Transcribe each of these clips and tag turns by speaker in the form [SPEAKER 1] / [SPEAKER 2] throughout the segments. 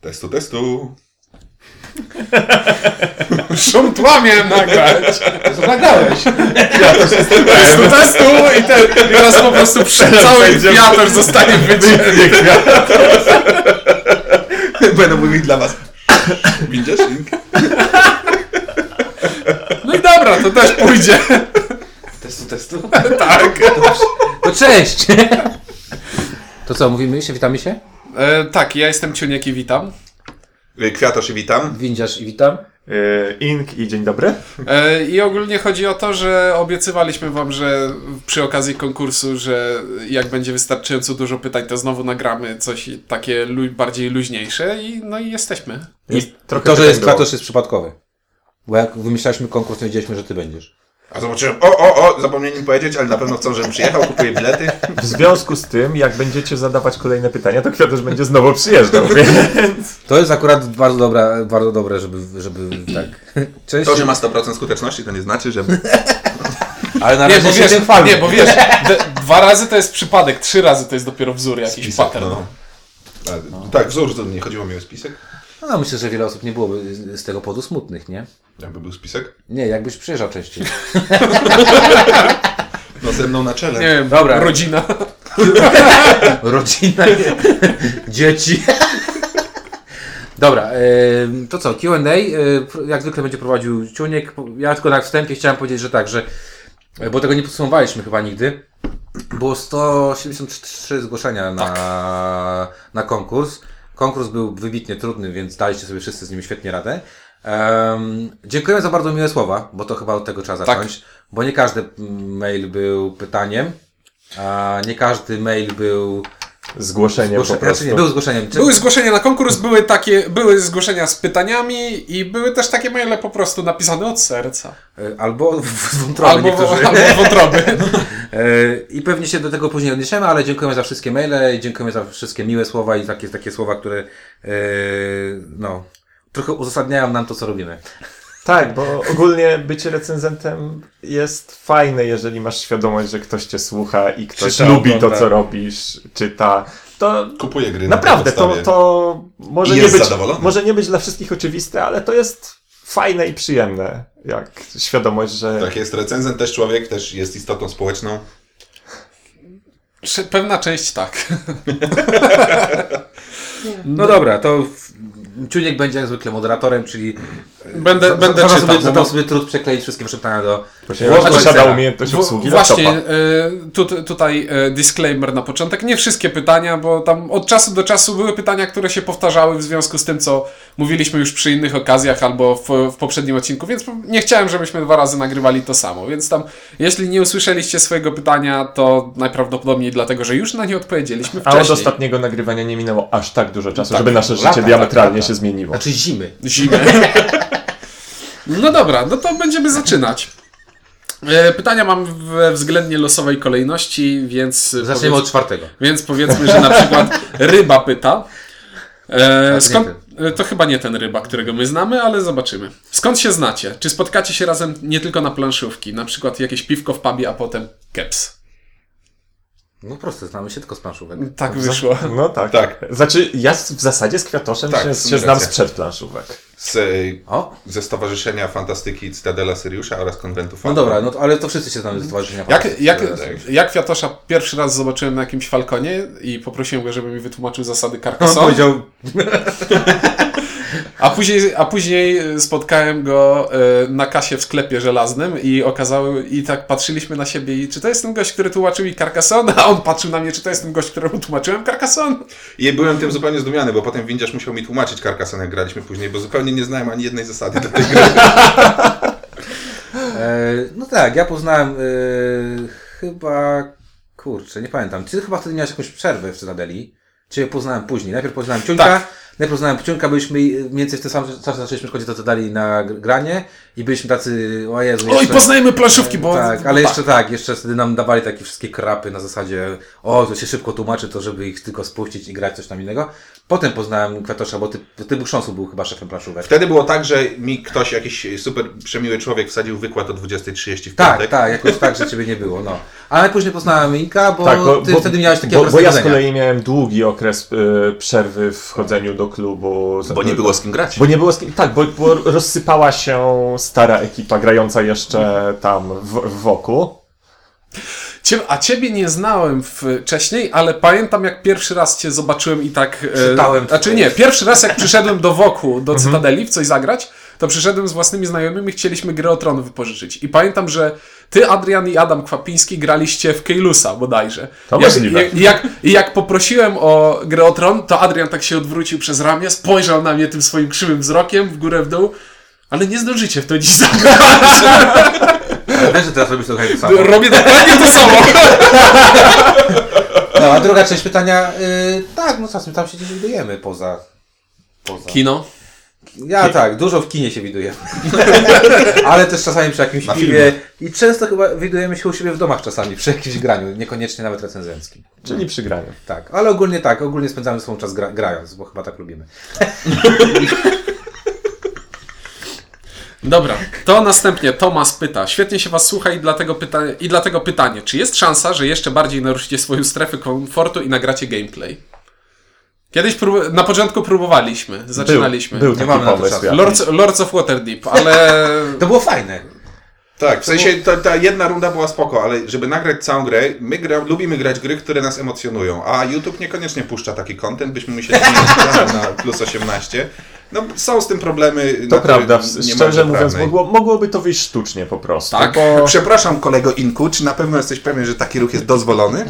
[SPEAKER 1] Testu, testu. Szum tłamiem nagrać.
[SPEAKER 2] To nagrałeś.
[SPEAKER 1] Ja też jestem
[SPEAKER 3] Testu, testu i, ten, i teraz po prostu przy cały
[SPEAKER 1] Będzie-
[SPEAKER 3] kwiator zostanie wycięty.
[SPEAKER 1] Nie kwiat.
[SPEAKER 2] Będę mówić dla was.
[SPEAKER 1] Widzisz?
[SPEAKER 3] No i dobra, to też pójdzie.
[SPEAKER 2] Testu, testu.
[SPEAKER 3] Tak.
[SPEAKER 2] To cześć! To co, mówimy się, witamy się?
[SPEAKER 3] E, tak, ja jestem Ciuniek i witam.
[SPEAKER 1] Y, Kwiatosz i witam.
[SPEAKER 2] Windziarz i witam.
[SPEAKER 4] Yy, Ink i dzień dobry.
[SPEAKER 3] E, I ogólnie chodzi o to, że obiecywaliśmy wam, że przy okazji konkursu, że jak będzie wystarczająco dużo pytań, to znowu nagramy coś takie lu- bardziej luźniejsze i no i jesteśmy.
[SPEAKER 4] Jest trochę
[SPEAKER 2] To, że
[SPEAKER 4] pytań
[SPEAKER 2] jest
[SPEAKER 4] było.
[SPEAKER 2] Kratosz jest przypadkowy. Bo jak wymyślaliśmy konkurs, to wiedzieliśmy, że ty będziesz.
[SPEAKER 1] A zobaczyłem, o, o, o, zapomniałem im powiedzieć, ale na pewno chcą, żebym przyjechał, kupuję bilety.
[SPEAKER 4] W związku z tym, jak będziecie zadawać kolejne pytania, to Kwiatusz będzie znowu przyjeżdżał, więc...
[SPEAKER 2] To jest akurat bardzo, dobra, bardzo dobre, żeby, żeby tak... Cześć.
[SPEAKER 1] To, że ma 100% skuteczności, to nie znaczy, że...
[SPEAKER 2] Ale na
[SPEAKER 3] Nie,
[SPEAKER 2] razie
[SPEAKER 3] bo
[SPEAKER 2] się
[SPEAKER 3] wiesz,
[SPEAKER 2] tym chwalmy.
[SPEAKER 3] nie, bo wiesz d- dwa razy to jest przypadek, trzy razy to jest dopiero wzór, jakiś
[SPEAKER 1] Spisek,
[SPEAKER 3] pattern.
[SPEAKER 1] no. A, Tak, wzór, to nie chodziło mi o spisek.
[SPEAKER 2] No, myślę, że wiele osób nie byłoby z z tego powodu smutnych, nie?
[SPEAKER 1] Jakby był spisek.
[SPEAKER 2] Nie, jakbyś przyjeżdżał częściej.
[SPEAKER 1] No ze mną na czele.
[SPEAKER 3] Nie wiem,
[SPEAKER 2] Dobra.
[SPEAKER 3] rodzina.
[SPEAKER 2] Rodzina, dzieci. Dobra, em, to co, Q&A, e, pr- jak zwykle będzie prowadził Ciuniek. Po- Ja tylko na wstępie chciałem powiedzieć, że tak, że, e, bo tego nie podsumowaliśmy chyba nigdy, było 173 zgłoszenia na,
[SPEAKER 4] Tak.
[SPEAKER 2] na konkurs. Konkurs był wybitnie trudny, więc daliście sobie wszyscy z nim świetnie radę. Em, dziękujemy za bardzo miłe słowa, bo to chyba od tego trzeba
[SPEAKER 4] Tak.
[SPEAKER 2] zacząć, bo nie każdy mm, mail był pytaniem, a nie każdy mail był
[SPEAKER 4] Zgłoszenie po
[SPEAKER 2] Zgłosze-
[SPEAKER 4] prostu.
[SPEAKER 2] Znaczy nie, był zgłoszeniem. Czy...
[SPEAKER 3] Były zgłoszenia na konkurs, były takie, były zgłoszenia z pytaniami i były też takie maile po prostu napisane od serca.
[SPEAKER 2] y, Albo w- w wątroby
[SPEAKER 3] Albo,
[SPEAKER 2] niektórzy.
[SPEAKER 3] albo od wątroby.
[SPEAKER 2] Y, I pewnie się do tego później odniesiemy, ale dziękujemy za wszystkie maile i dziękujemy za wszystkie miłe słowa i takie, takie słowa, które y, no, trochę uzasadniają nam to, co robimy.
[SPEAKER 4] Tak, bo ogólnie bycie recenzentem jest fajne, jeżeli masz świadomość, że ktoś cię słucha i ktoś
[SPEAKER 3] Czyta,
[SPEAKER 4] lubi
[SPEAKER 3] ogląda.
[SPEAKER 4] to, co robisz, czyta. To
[SPEAKER 1] Kupuję gry
[SPEAKER 4] naprawdę,
[SPEAKER 1] na tej
[SPEAKER 4] to,
[SPEAKER 1] podstawie.
[SPEAKER 4] to może,
[SPEAKER 1] I
[SPEAKER 4] nie
[SPEAKER 1] jest
[SPEAKER 4] być,
[SPEAKER 1] zadowolony.
[SPEAKER 4] może nie być dla wszystkich oczywiste, ale to jest fajne i przyjemne, jak świadomość, że
[SPEAKER 1] Tak jest, recenzent też człowiek, też jest istotą społeczną.
[SPEAKER 3] Czy- Pewna część tak.
[SPEAKER 2] No dobra, to w- Ciuniek będzie jak zwykle moderatorem, czyli e,
[SPEAKER 3] Będę,
[SPEAKER 2] za-
[SPEAKER 3] będę
[SPEAKER 2] za- za-
[SPEAKER 3] czytał. no
[SPEAKER 2] sobie,
[SPEAKER 3] bo-
[SPEAKER 2] zadał sobie trud przekleić wszystkie przepytania do...
[SPEAKER 4] ponieważ
[SPEAKER 2] Włożę
[SPEAKER 4] posiada
[SPEAKER 2] Excela.
[SPEAKER 4] umiejętność
[SPEAKER 3] Wo-
[SPEAKER 4] obsługi
[SPEAKER 3] Znaczy, Właśnie,
[SPEAKER 4] laptopa.
[SPEAKER 3] y, tu, tutaj y, disclaimer na początek. Nie wszystkie pytania, bo tam od czasu do czasu były pytania, które się powtarzały w związku z tym, co mówiliśmy już przy innych okazjach albo w, w poprzednim odcinku, więc nie chciałem, żebyśmy dwa razy nagrywali to samo. Więc tam, jeśli nie usłyszeliście swojego pytania, to najprawdopodobniej dlatego, że już na nie odpowiedzieliśmy
[SPEAKER 4] A od
[SPEAKER 3] wcześniej.
[SPEAKER 4] ostatniego nagrywania nie minęło aż tak dużo czasu,
[SPEAKER 2] Tak,
[SPEAKER 4] żeby nasze
[SPEAKER 2] lata,
[SPEAKER 4] życie
[SPEAKER 2] tak,
[SPEAKER 4] diametralnie
[SPEAKER 2] lata.
[SPEAKER 4] się zmieniło.
[SPEAKER 2] Znaczy zimy.
[SPEAKER 3] Zimę. No dobra, no to będziemy zaczynać. E, Pytania mam we względnie losowej kolejności, więc. e,
[SPEAKER 2] Zaczniemy
[SPEAKER 3] powiedz-
[SPEAKER 2] od czwartego.
[SPEAKER 3] Więc powiedzmy, że na przykład ryba pyta. E,
[SPEAKER 2] Tak, nie
[SPEAKER 3] skąd, e, to chyba nie ten ryba, którego my znamy, ale zobaczymy. Skąd się znacie? Czy spotkacie się razem nie tylko na planszówki? Na przykład jakieś piwko w pubie, a potem keps.
[SPEAKER 2] No proste, znamy się tylko z planszówek.
[SPEAKER 3] Tak wyszło.
[SPEAKER 4] No tak.
[SPEAKER 1] Tak.
[SPEAKER 4] Znaczy, ja z- w zasadzie z Kwiatoszem
[SPEAKER 1] Tak,
[SPEAKER 4] się,
[SPEAKER 1] w sumie
[SPEAKER 4] się znam
[SPEAKER 1] racja.
[SPEAKER 4] sprzed planszówek.
[SPEAKER 1] Z, e,
[SPEAKER 2] O,
[SPEAKER 1] ze Stowarzyszenia Fantastyki Cytadela Syriusza oraz Konwentu
[SPEAKER 2] no
[SPEAKER 1] Fanów.
[SPEAKER 2] dobra, no to, ale to wszyscy się znamy z stowarzyszenia.
[SPEAKER 3] Jak, jak,
[SPEAKER 1] tak.
[SPEAKER 3] jak Fiatosza pierwszy raz zobaczyłem na jakimś falkonie i poprosiłem go, żeby mi wytłumaczył zasady
[SPEAKER 2] On
[SPEAKER 3] Carcassonne,
[SPEAKER 2] powiedział,
[SPEAKER 3] a później, a później e, spotkałem go e, na kasie w sklepie żelaznym i okazało, i tak patrzyliśmy na siebie i czy to jest ten gość, który tłumaczył mi Carcassonne, a on patrzył na mnie, czy to jest ten gość, któremu tłumaczyłem Carcassonne.
[SPEAKER 1] I byłem tym zupełnie zdumiony, bo potem windziarz musiał mi tłumaczyć Carcassonne, jak graliśmy później, bo zupełnie nie znałem ani jednej zasady do tej gry.
[SPEAKER 2] E, No tak, ja poznałem e, chyba, kurczę, nie pamiętam. Ty chyba wtedy miałeś jakąś przerwę w Cytadeli. Czy ja poznałem później? Najpierw poznałem Ciunka,
[SPEAKER 3] Tak.
[SPEAKER 2] najpierw poznałem Ciunka, byliśmy e, mniej więcej w tym samym czasie zaczęliśmy chodzić do Cytadeli na gr- granie i byliśmy tacy, o Jezu,
[SPEAKER 3] Oj,
[SPEAKER 2] jeszcze-
[SPEAKER 3] poznajemy No planszówki, bo...
[SPEAKER 2] tak, ale jeszcze tak, jeszcze wtedy nam dawali takie wszystkie krapy na zasadzie, o, to się szybko tłumaczy, to żeby ich tylko spuścić i grać coś tam innego. Potem poznałem Kwiatosza, bo ty, ty Buchrząsu był chyba szefem planszówek.
[SPEAKER 1] Wtedy było tak, że mi ktoś, jakiś super przemiły człowiek wsadził wykład o 20.30 w
[SPEAKER 2] Tak,
[SPEAKER 1] piątek.
[SPEAKER 2] tak, jakoś tak, że ciebie nie było, no. Ale później poznałem Inka, bo ty wtedy miałeś takie
[SPEAKER 4] Tak, bo, bo ja z
[SPEAKER 2] rozwiązania.
[SPEAKER 4] kolei miałem długi okres y, przerwy w chodzeniu do klubu.
[SPEAKER 1] Bo nie było z kim grać.
[SPEAKER 4] Bo nie było z kim, tak, bo, bo rozsypała się stara ekipa grająca jeszcze tam w, w wokół.
[SPEAKER 3] Cie, a ciebie nie znałem wcześniej, ale pamiętam jak pierwszy raz cię zobaczyłem i tak. e,
[SPEAKER 2] Czytałem
[SPEAKER 3] Znaczy
[SPEAKER 2] twoje-
[SPEAKER 3] nie, pierwszy raz jak przyszedłem do Woku, do Cytadeli w coś zagrać, to przyszedłem z własnymi znajomymi, chcieliśmy grę o tron wypożyczyć. I pamiętam, że ty, Adrian i Adam Kwapiński graliście w Kejlusa bodajże.
[SPEAKER 4] To
[SPEAKER 3] jak,
[SPEAKER 4] możliwe.
[SPEAKER 3] jak, jak, I jak poprosiłem o grę o tron, to Adrian tak się odwrócił przez ramię, spojrzał na mnie tym swoim krzywym wzrokiem w górę w dół. Ale nie zdążycie w to dziś zagrać.
[SPEAKER 2] Wiesz, że teraz robisz dokładnie to tak samo.
[SPEAKER 3] Robię dokładnie to samo.
[SPEAKER 2] No, a druga część pytania, y, tak, no czasem tam się gdzieś widujemy poza... poza.
[SPEAKER 3] Kino.
[SPEAKER 2] Ja tak, dużo w kinie się widujemy. Ale też czasami przy jakimś
[SPEAKER 1] Na
[SPEAKER 2] piwie. I często chyba widujemy się u siebie w domach czasami, przy jakimś graniu, niekoniecznie nawet recenzenckim.
[SPEAKER 4] Czyli przy graniu.
[SPEAKER 2] Tak, ale ogólnie tak, ogólnie spędzamy swój czas gra, grając, bo chyba tak lubimy.
[SPEAKER 3] Dobra, to następnie Tomas pyta. Świetnie się was słucha i dlatego, pyta i dlatego pytanie. Czy jest szansa, że jeszcze bardziej naruszycie swoją strefę komfortu i nagracie gameplay? Kiedyś prób- na początku próbowaliśmy, zaczynaliśmy.
[SPEAKER 4] Był, był
[SPEAKER 2] mamy
[SPEAKER 4] taki
[SPEAKER 2] na to
[SPEAKER 4] pomysł.
[SPEAKER 2] czasu.
[SPEAKER 4] ja.
[SPEAKER 3] Lords, Lords of Waterdeep, ale
[SPEAKER 2] To było fajne.
[SPEAKER 1] Tak, w sensie ta, ta jedna runda była spoko, ale żeby nagrać całą grę, my gra, lubimy grać gry, które nas emocjonują, a YouTube niekoniecznie puszcza taki content, byśmy myśleli, że nie jest na plus 18. No są z tym problemy.
[SPEAKER 4] To
[SPEAKER 1] natury
[SPEAKER 4] prawda,
[SPEAKER 1] niemalże
[SPEAKER 4] szczerze mówiąc,
[SPEAKER 1] prawnej.
[SPEAKER 4] mogło, mogłoby to wyjść sztucznie po prostu.
[SPEAKER 3] Tak.
[SPEAKER 4] No Bo...
[SPEAKER 1] Przepraszam kolego Inku, czy na pewno jesteś pewien, że taki ruch jest dozwolony?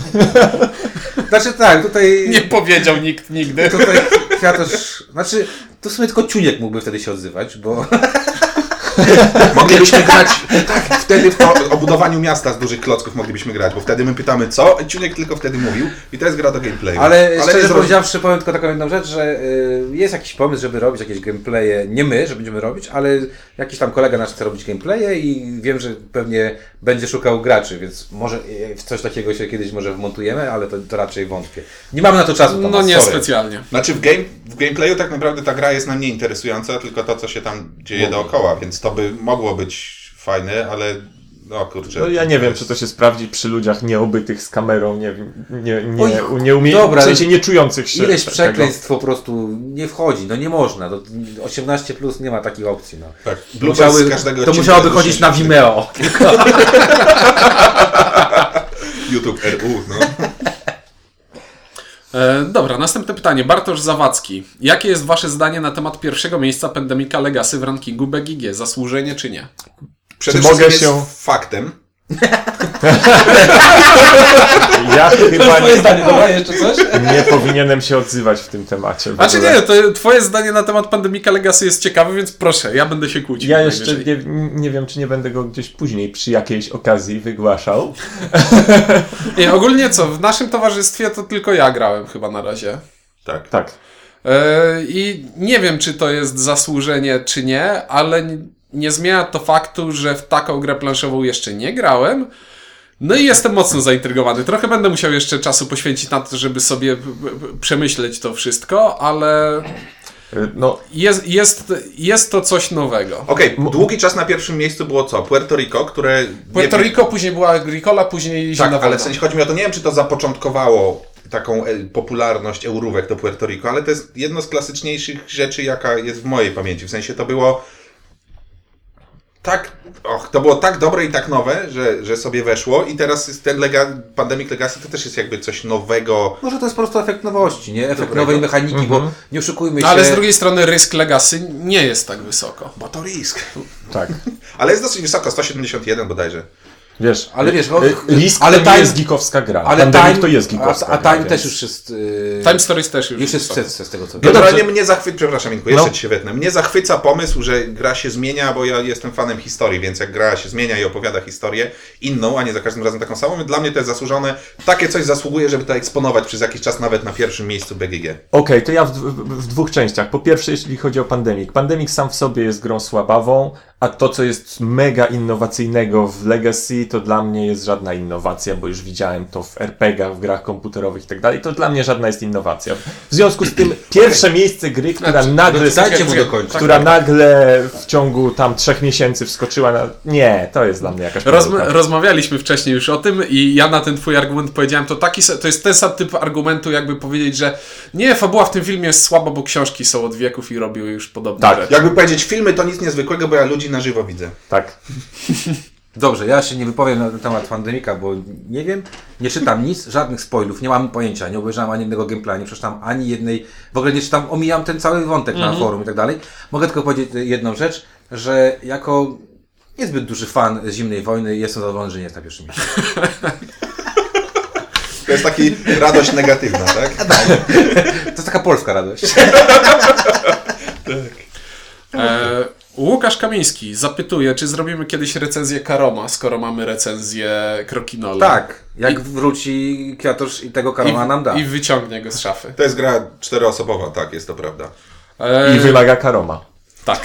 [SPEAKER 2] Znaczy tak, tutaj...
[SPEAKER 3] nie powiedział nikt nigdy.
[SPEAKER 2] Tutaj Kwiatosz... Znaczy, to w sumie tylko Ciuniek mógłby wtedy się odzywać, bo...
[SPEAKER 1] Moglibyśmy grać, tak, wtedy w to, o budowaniu miasta z dużych klocków moglibyśmy grać, bo wtedy my pytamy co, i Ciuniek tylko wtedy mówił i to jest gra do gameplayu.
[SPEAKER 2] Ale, szczerze
[SPEAKER 1] jest roz-
[SPEAKER 2] powiedziawszy, powiem tylko taką jedną rzecz, że y, jest jakiś pomysł, żeby robić jakieś gameplaye, nie my, że będziemy robić, ale jakiś tam kolega nasz chce robić gameplaye i wiem, że pewnie będzie szukał graczy, więc może y, w coś takiego się kiedyś może wmontujemy, ale to, to raczej wątpię. Nie mamy na to czasu. Tomasz,
[SPEAKER 3] No nie
[SPEAKER 2] sorry.
[SPEAKER 3] specjalnie.
[SPEAKER 1] Znaczy w, game, w gameplayu tak naprawdę ta gra jest nam nie interesująca, tylko to, co się tam dzieje dookoła, więc to by mogło być fajne, ale no kurczę.
[SPEAKER 4] No ja nie wiem, czy to się sprawdzi przy ludziach nieobytych z kamerą, nie, nie,
[SPEAKER 2] Oj,
[SPEAKER 4] nie, nie umie...
[SPEAKER 2] dobra,
[SPEAKER 4] w sensie nie czujących się
[SPEAKER 2] Ileś
[SPEAKER 4] tego.
[SPEAKER 2] przekleństw po prostu nie wchodzi, no nie można. To 18 plus nie ma takich opcji. No.
[SPEAKER 1] Tak, bloopers
[SPEAKER 2] Musiały,
[SPEAKER 1] z każdego
[SPEAKER 2] to
[SPEAKER 1] odcinka
[SPEAKER 2] musiałoby
[SPEAKER 1] do
[SPEAKER 2] chodzić na
[SPEAKER 1] 60.
[SPEAKER 2] Vimeo.
[SPEAKER 1] YouTube RU, no.
[SPEAKER 3] E, dobra, następne pytanie. Bartosz Zawadzki. Jakie jest wasze zdanie na temat pierwszego miejsca Pandemika Legacy w rankingu BGG? Zasłużenie czy nie?
[SPEAKER 1] Przede
[SPEAKER 4] Czy
[SPEAKER 1] wszystkim
[SPEAKER 4] mogę
[SPEAKER 1] jest
[SPEAKER 4] się-
[SPEAKER 1] faktem,
[SPEAKER 4] Ja chyba nie,
[SPEAKER 2] dobra, jeszcze coś?
[SPEAKER 4] nie powinienem się odzywać w tym temacie. w
[SPEAKER 3] Znaczy
[SPEAKER 4] ogóle.
[SPEAKER 3] nie, to twoje zdanie na temat Pandemika Legacy jest ciekawe, więc proszę, ja będę się kłócił.
[SPEAKER 4] Ja jeszcze
[SPEAKER 3] najwyżej.
[SPEAKER 4] nie, nie wiem, czy nie będę go gdzieś później przy jakiejś okazji wygłaszał.
[SPEAKER 3] Nie, ogólnie co, w naszym towarzystwie to tylko ja grałem chyba na razie.
[SPEAKER 1] tak.
[SPEAKER 4] Tak.
[SPEAKER 3] E, I nie wiem, czy to jest zasłużenie, czy nie, ale n- nie zmienia to faktu, że w taką grę planszową jeszcze nie grałem. No i jestem mocno zaintrygowany. Trochę będę musiał jeszcze czasu poświęcić na to, żeby sobie p- p- przemyśleć to wszystko, ale
[SPEAKER 4] Y, No,
[SPEAKER 3] jest, jest, jest to coś nowego.
[SPEAKER 1] Okej, długi czas na pierwszym miejscu było co? Puerto Rico, które... nie-
[SPEAKER 3] Puerto Rico, później była Agricola, później
[SPEAKER 1] Tak,
[SPEAKER 3] Zimna
[SPEAKER 1] ale
[SPEAKER 3] Wojna.
[SPEAKER 1] w sensie chodzi mi o to, nie wiem, czy to zapoczątkowało taką e, popularność eurówek do Puerto Rico, ale to jest jedno z klasyczniejszych rzeczy, jaka jest w mojej pamięci. W sensie to było tak, och, to było tak dobre i tak nowe, że, że sobie weszło i teraz jest ten lega, Pandemic Legacy to też jest jakby coś nowego.
[SPEAKER 2] Może to jest po prostu efekt nowości, nie? Efekt nowej mechaniki,
[SPEAKER 4] Mhm.
[SPEAKER 2] bo nie oszukujmy się.
[SPEAKER 3] Ale z drugiej strony Risk Legacy nie jest tak wysoko.
[SPEAKER 1] Bo to risk.
[SPEAKER 4] tak.
[SPEAKER 1] Ale jest dosyć wysoko, 171 bodajże.
[SPEAKER 4] Wiesz,
[SPEAKER 2] Ale wiesz, no,
[SPEAKER 4] y, Risk
[SPEAKER 2] ale
[SPEAKER 4] to
[SPEAKER 2] time-
[SPEAKER 4] nie jest gikowska gra.
[SPEAKER 2] ale
[SPEAKER 4] Ale Pandemic
[SPEAKER 2] time,
[SPEAKER 4] to jest
[SPEAKER 2] a,
[SPEAKER 4] gikowska
[SPEAKER 2] a
[SPEAKER 4] gra,
[SPEAKER 2] time
[SPEAKER 4] więc-
[SPEAKER 2] też już jest. Yy,
[SPEAKER 3] Time Stories też już,
[SPEAKER 2] już jest w
[SPEAKER 3] wysoko.
[SPEAKER 2] setce z tego co wiem.
[SPEAKER 1] Generalnie mnie zachwyca, przepraszam Inku, jeszcze
[SPEAKER 4] No.
[SPEAKER 1] ci się wetnę. Mnie zachwyca pomysł, że gra się zmienia, bo ja jestem fanem historii, więc jak gra się zmienia i opowiada historię inną, a nie za każdym razem taką samą, dla mnie to jest zasłużone. Takie coś zasługuje, żeby to eksponować przez jakiś czas nawet na pierwszym miejscu BGG.
[SPEAKER 4] Okej, to ja w, w, w dwóch częściach. Po pierwsze, jeśli chodzi o Pandemic. Pandemic sam w sobie jest grą słabawą, a to, co jest mega innowacyjnego w Legacy, jeżeli to dla mnie jest żadna innowacja, bo już widziałem to w RPG, w grach komputerowych i tak dalej, to dla mnie żadna jest innowacja. W związku z tym pierwsze miejsce gry, która
[SPEAKER 3] Znaczy,
[SPEAKER 4] nagle,
[SPEAKER 2] no, Dajcie mu
[SPEAKER 3] czekaj,
[SPEAKER 2] dokończyć.
[SPEAKER 4] która nagle w ciągu tam trzech miesięcy wskoczyła na... Nie, to jest dla mnie jakaś
[SPEAKER 3] Rozm-
[SPEAKER 4] pomyłka.
[SPEAKER 3] rozmawialiśmy wcześniej już o tym i ja na ten twój argument powiedziałem, to taki, se- to jest ten sam typ argumentu, jakby powiedzieć, że nie, fabuła w tym filmie jest słaba, bo książki są od wieków i robiły już podobne
[SPEAKER 4] Tak.
[SPEAKER 3] rzeczy.
[SPEAKER 1] Jakby powiedzieć, filmy to nic niezwykłego, bo ja ludzi na żywo widzę.
[SPEAKER 4] Tak.
[SPEAKER 2] Dobrze, ja się nie wypowiem na temat Pandemika, bo nie wiem, nie czytam nic, żadnych spoilów, nie mam pojęcia, nie obejrzałem ani jednego gameplaya, nie przeczytam ani jednej, w ogóle nie czytam, omijam ten cały wątek
[SPEAKER 3] Mhm.
[SPEAKER 2] na forum i tak dalej. Mogę tylko powiedzieć jedną rzecz, że jako niezbyt duży fan Zimnej Wojny jestem zadowolony, że nie jest na pierwszym miejscu.
[SPEAKER 1] To jest taki radość negatywna, tak?
[SPEAKER 2] To jest taka polska radość.
[SPEAKER 3] E, Łukasz Kamiński zapytuje, czy zrobimy kiedyś recenzję Karoma, skoro mamy recenzję Krokinola.
[SPEAKER 2] Tak, jak wróci Kwiatusz i tego
[SPEAKER 3] I,
[SPEAKER 2] karma nam da.
[SPEAKER 3] I wyciągnie go z szafy.
[SPEAKER 1] To jest gra czteroosobowa, tak, jest to prawda.
[SPEAKER 3] E,
[SPEAKER 4] I wymaga Karoma.
[SPEAKER 3] tak.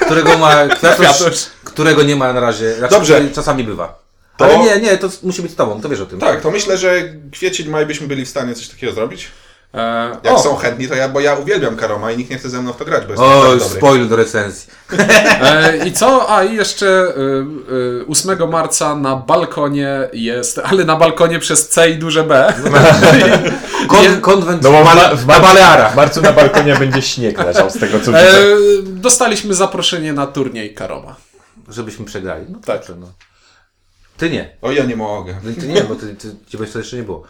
[SPEAKER 2] Którego ma Kwiatusz,
[SPEAKER 3] Kwiatusz.
[SPEAKER 2] którego nie ma na razie, znaczy,
[SPEAKER 1] Dobrze.
[SPEAKER 2] który czasami bywa.
[SPEAKER 1] To-
[SPEAKER 2] Ale nie, nie, to musi być z tobą, to wiesz o tym.
[SPEAKER 1] Tak, to myślę, że kwiecień, maj byśmy byli w stanie coś takiego zrobić.
[SPEAKER 3] E,
[SPEAKER 1] Jak
[SPEAKER 3] o,
[SPEAKER 1] są chętni, to ja, bo ja uwielbiam Karoma i nikt nie chce ze mną w to grać, bo jest
[SPEAKER 2] O,
[SPEAKER 1] tak dobry.
[SPEAKER 2] spoiler do recenzji.
[SPEAKER 3] E, I co? A i jeszcze y, y, 8 marca na balkonie jest, ale na balkonie przez C i duże B.
[SPEAKER 2] Kon, konwent
[SPEAKER 4] No
[SPEAKER 2] w
[SPEAKER 4] bo w,
[SPEAKER 2] Bale-
[SPEAKER 4] w,
[SPEAKER 2] na
[SPEAKER 4] w
[SPEAKER 2] Balearach.
[SPEAKER 4] marcu na balkonie będzie śnieg leżał z tego co
[SPEAKER 3] E,
[SPEAKER 4] widzę.
[SPEAKER 3] dostaliśmy zaproszenie na turniej Karoma.
[SPEAKER 2] Żebyśmy przegrali. No
[SPEAKER 3] Tak.
[SPEAKER 2] dobrze, no. Ty nie. No
[SPEAKER 1] O, ja nie mogę.
[SPEAKER 2] Ty, ty nie, bo ty, ty, ciebie to jeszcze nie było.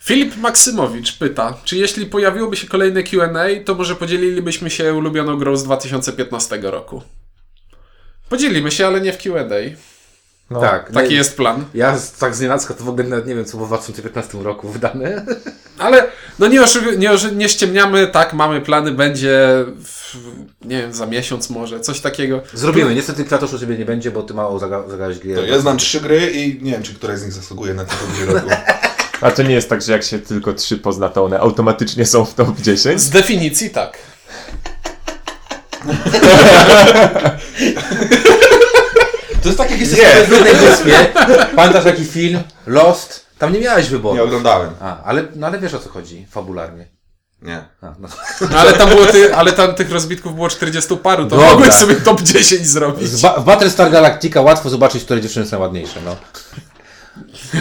[SPEAKER 3] Filip Maksymowicz pyta, czy jeśli pojawiłoby się kolejne Q&A, to może podzielilibyśmy się ulubioną grą z 2015 roku? Podzielimy się, ale nie w Q&A.
[SPEAKER 4] No.
[SPEAKER 2] tak.
[SPEAKER 3] Taki
[SPEAKER 2] nie,
[SPEAKER 3] jest plan.
[SPEAKER 2] Ja z- tak z to w ogóle nawet nie wiem, co było w 2015 roku wydane.
[SPEAKER 3] Ale no nie, oszu- nie, oszu- nie ściemniamy, tak, mamy plany, będzie w, nie wiem, za miesiąc może, coś takiego.
[SPEAKER 2] Zrobimy. Niestety Kwiatusz u ciebie nie będzie, bo ty mało zaga zagrałeś gier.
[SPEAKER 1] To ja znam trzy gry i nie wiem, czy któraś z nich zasługuje na tytuł gry roku.
[SPEAKER 4] A to nie jest tak, że jak się tylko trzy pozna, to one automatycznie są w top 10?
[SPEAKER 3] Z definicji tak.
[SPEAKER 2] To jest tak, jak jesteś
[SPEAKER 1] Nie.
[SPEAKER 2] na jednej wyspie. Pamiętasz taki film? Lost? Tam nie miałeś wyboru.
[SPEAKER 1] Nie oglądałem.
[SPEAKER 2] A, ale, no, ale wiesz o co chodzi fabularnie.
[SPEAKER 1] Nie.
[SPEAKER 2] A, no.
[SPEAKER 3] No, ale tam było ty, ale tam tych rozbitków było 40 paru, to
[SPEAKER 2] Dobra.
[SPEAKER 3] mogłeś sobie top 10 zrobić.
[SPEAKER 2] Z ba- w Battlestar Galactica łatwo zobaczyć, które dziewczyny są ładniejsze. No.